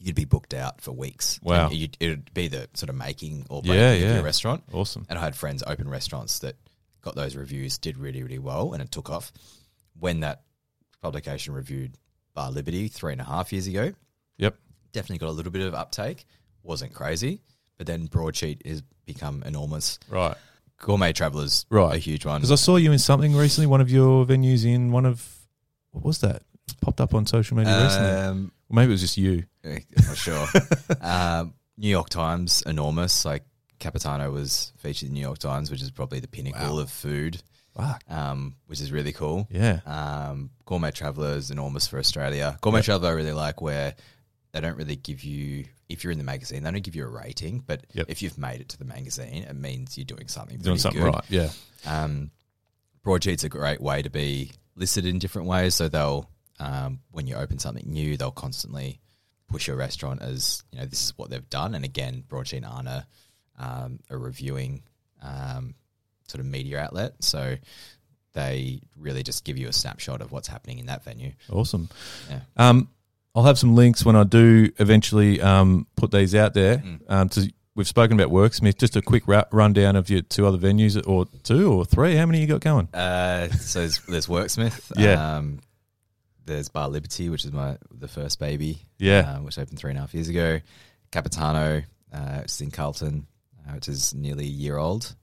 Speaker 1: you'd be booked out for weeks.
Speaker 2: Wow.
Speaker 1: And you'd, it'd be the sort of making or breaking
Speaker 2: Yeah,
Speaker 1: of
Speaker 2: yeah.
Speaker 1: your restaurant.
Speaker 2: Awesome.
Speaker 1: And I had friends open restaurants that got those reviews, did really, really well, and it took off. When that publication reviewed Bar Liberty three and a half years ago,
Speaker 2: Yep.
Speaker 1: definitely got a little bit of uptake. Wasn't crazy, but then broadsheet has become enormous.
Speaker 2: Right.
Speaker 1: Gourmet Travelers,
Speaker 2: Right.
Speaker 1: a huge one.
Speaker 2: Because I saw you in something recently, one of your venues in one of what was that? Popped up on social media recently.
Speaker 1: Um,
Speaker 2: Maybe it was just you.
Speaker 1: eh, not sure. um, New York Times, enormous. Like Capitano was featured in New York Times, which is probably the pinnacle of food,
Speaker 2: Fuck.
Speaker 1: um, which is really cool.
Speaker 2: Yeah.
Speaker 1: Um, Gourmet Traveller is enormous for Australia. Gourmet Traveller, I really like where they don't really give you, if you're in the magazine, they don't give you a rating, but
Speaker 2: Yep.
Speaker 1: if you've made it to the magazine, it means you're doing something pretty
Speaker 2: Doing something
Speaker 1: good.
Speaker 2: right. Yeah.
Speaker 1: Um, broadsheet's a great way to be listed in different ways. So they'll, um, when you open something new, they'll constantly push your restaurant as you know this is what they've done. And again, broadsheet and Arna um, are reviewing um, sort of media outlet, so they really just give you a snapshot of what's happening in that venue.
Speaker 2: Awesome.
Speaker 1: Yeah.
Speaker 2: Um, I'll have some links when I do eventually um, put these out there.
Speaker 1: Mm.
Speaker 2: Um, to, we've spoken about Worksmith. Just a quick ra- rundown of your two other venues, or two or three. How many you got going?
Speaker 1: Uh, so there's, there's Worksmith.
Speaker 2: Yeah.
Speaker 1: Um, there's Bar Liberty, which is my the first baby
Speaker 2: Yeah.
Speaker 1: uh, which opened three and a half years ago. Capitano, uh, which is in Carlton, uh, which is nearly a year old.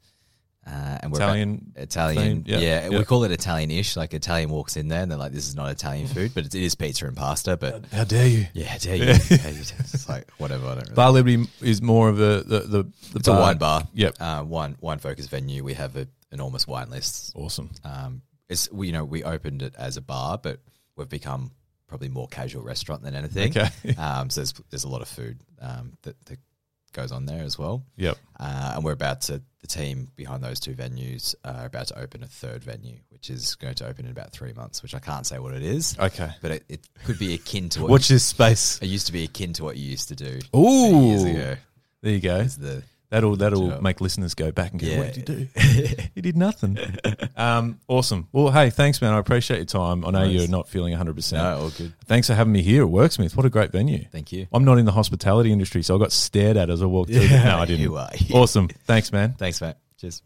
Speaker 1: Uh, and we're about-
Speaker 2: Italian.
Speaker 1: Italian,
Speaker 2: theme, yeah,
Speaker 1: yeah,
Speaker 2: yeah.
Speaker 1: we call it Italian-ish. Like Italian walks in there, and they're like, "This is not Italian food, but it is pizza and pasta." But
Speaker 2: How dare you?
Speaker 1: yeah, dare you? dare you. It's like whatever. I don't really.
Speaker 2: Bar Liberty is more of a the the, the
Speaker 1: it's a wine bar.
Speaker 2: Yep.
Speaker 1: uh, wine wine focused venue. We have an enormous wine list.
Speaker 2: Awesome.
Speaker 1: Um, it's we you know we opened it as a bar, but we've become probably more casual restaurant than anything.
Speaker 2: Okay.
Speaker 1: Um, so there's, there's a lot of food um, that, that goes on there as well.
Speaker 2: yep.
Speaker 1: Uh, and we're about to, the team behind those two venues are about to open a third venue, which is going to open in about three months, which I can't say what it is,
Speaker 2: Okay.
Speaker 1: but it, it could be akin to what,
Speaker 2: Watch this space.
Speaker 1: it used to be akin to what you used to do
Speaker 2: Ooh.
Speaker 1: years ago.
Speaker 2: There you go.
Speaker 1: It's the,
Speaker 2: That'll
Speaker 1: Good
Speaker 2: that'll
Speaker 1: job.
Speaker 2: make listeners go back and go,
Speaker 1: Yeah.
Speaker 2: "What did you do? you did nothing." Um, awesome. Well, hey, thanks, man. I appreciate your time. I know
Speaker 1: Nice.
Speaker 2: you're not feeling 100.
Speaker 1: no,
Speaker 2: percent
Speaker 1: all good.
Speaker 2: Thanks for having me here at Worksmith. What a great venue.
Speaker 1: Thank you.
Speaker 2: I'm not in the hospitality industry, so I got stared at as I walked through. No, I
Speaker 1: You
Speaker 2: didn't.
Speaker 1: are.
Speaker 2: Awesome. Thanks, man.
Speaker 1: Thanks, mate. Cheers.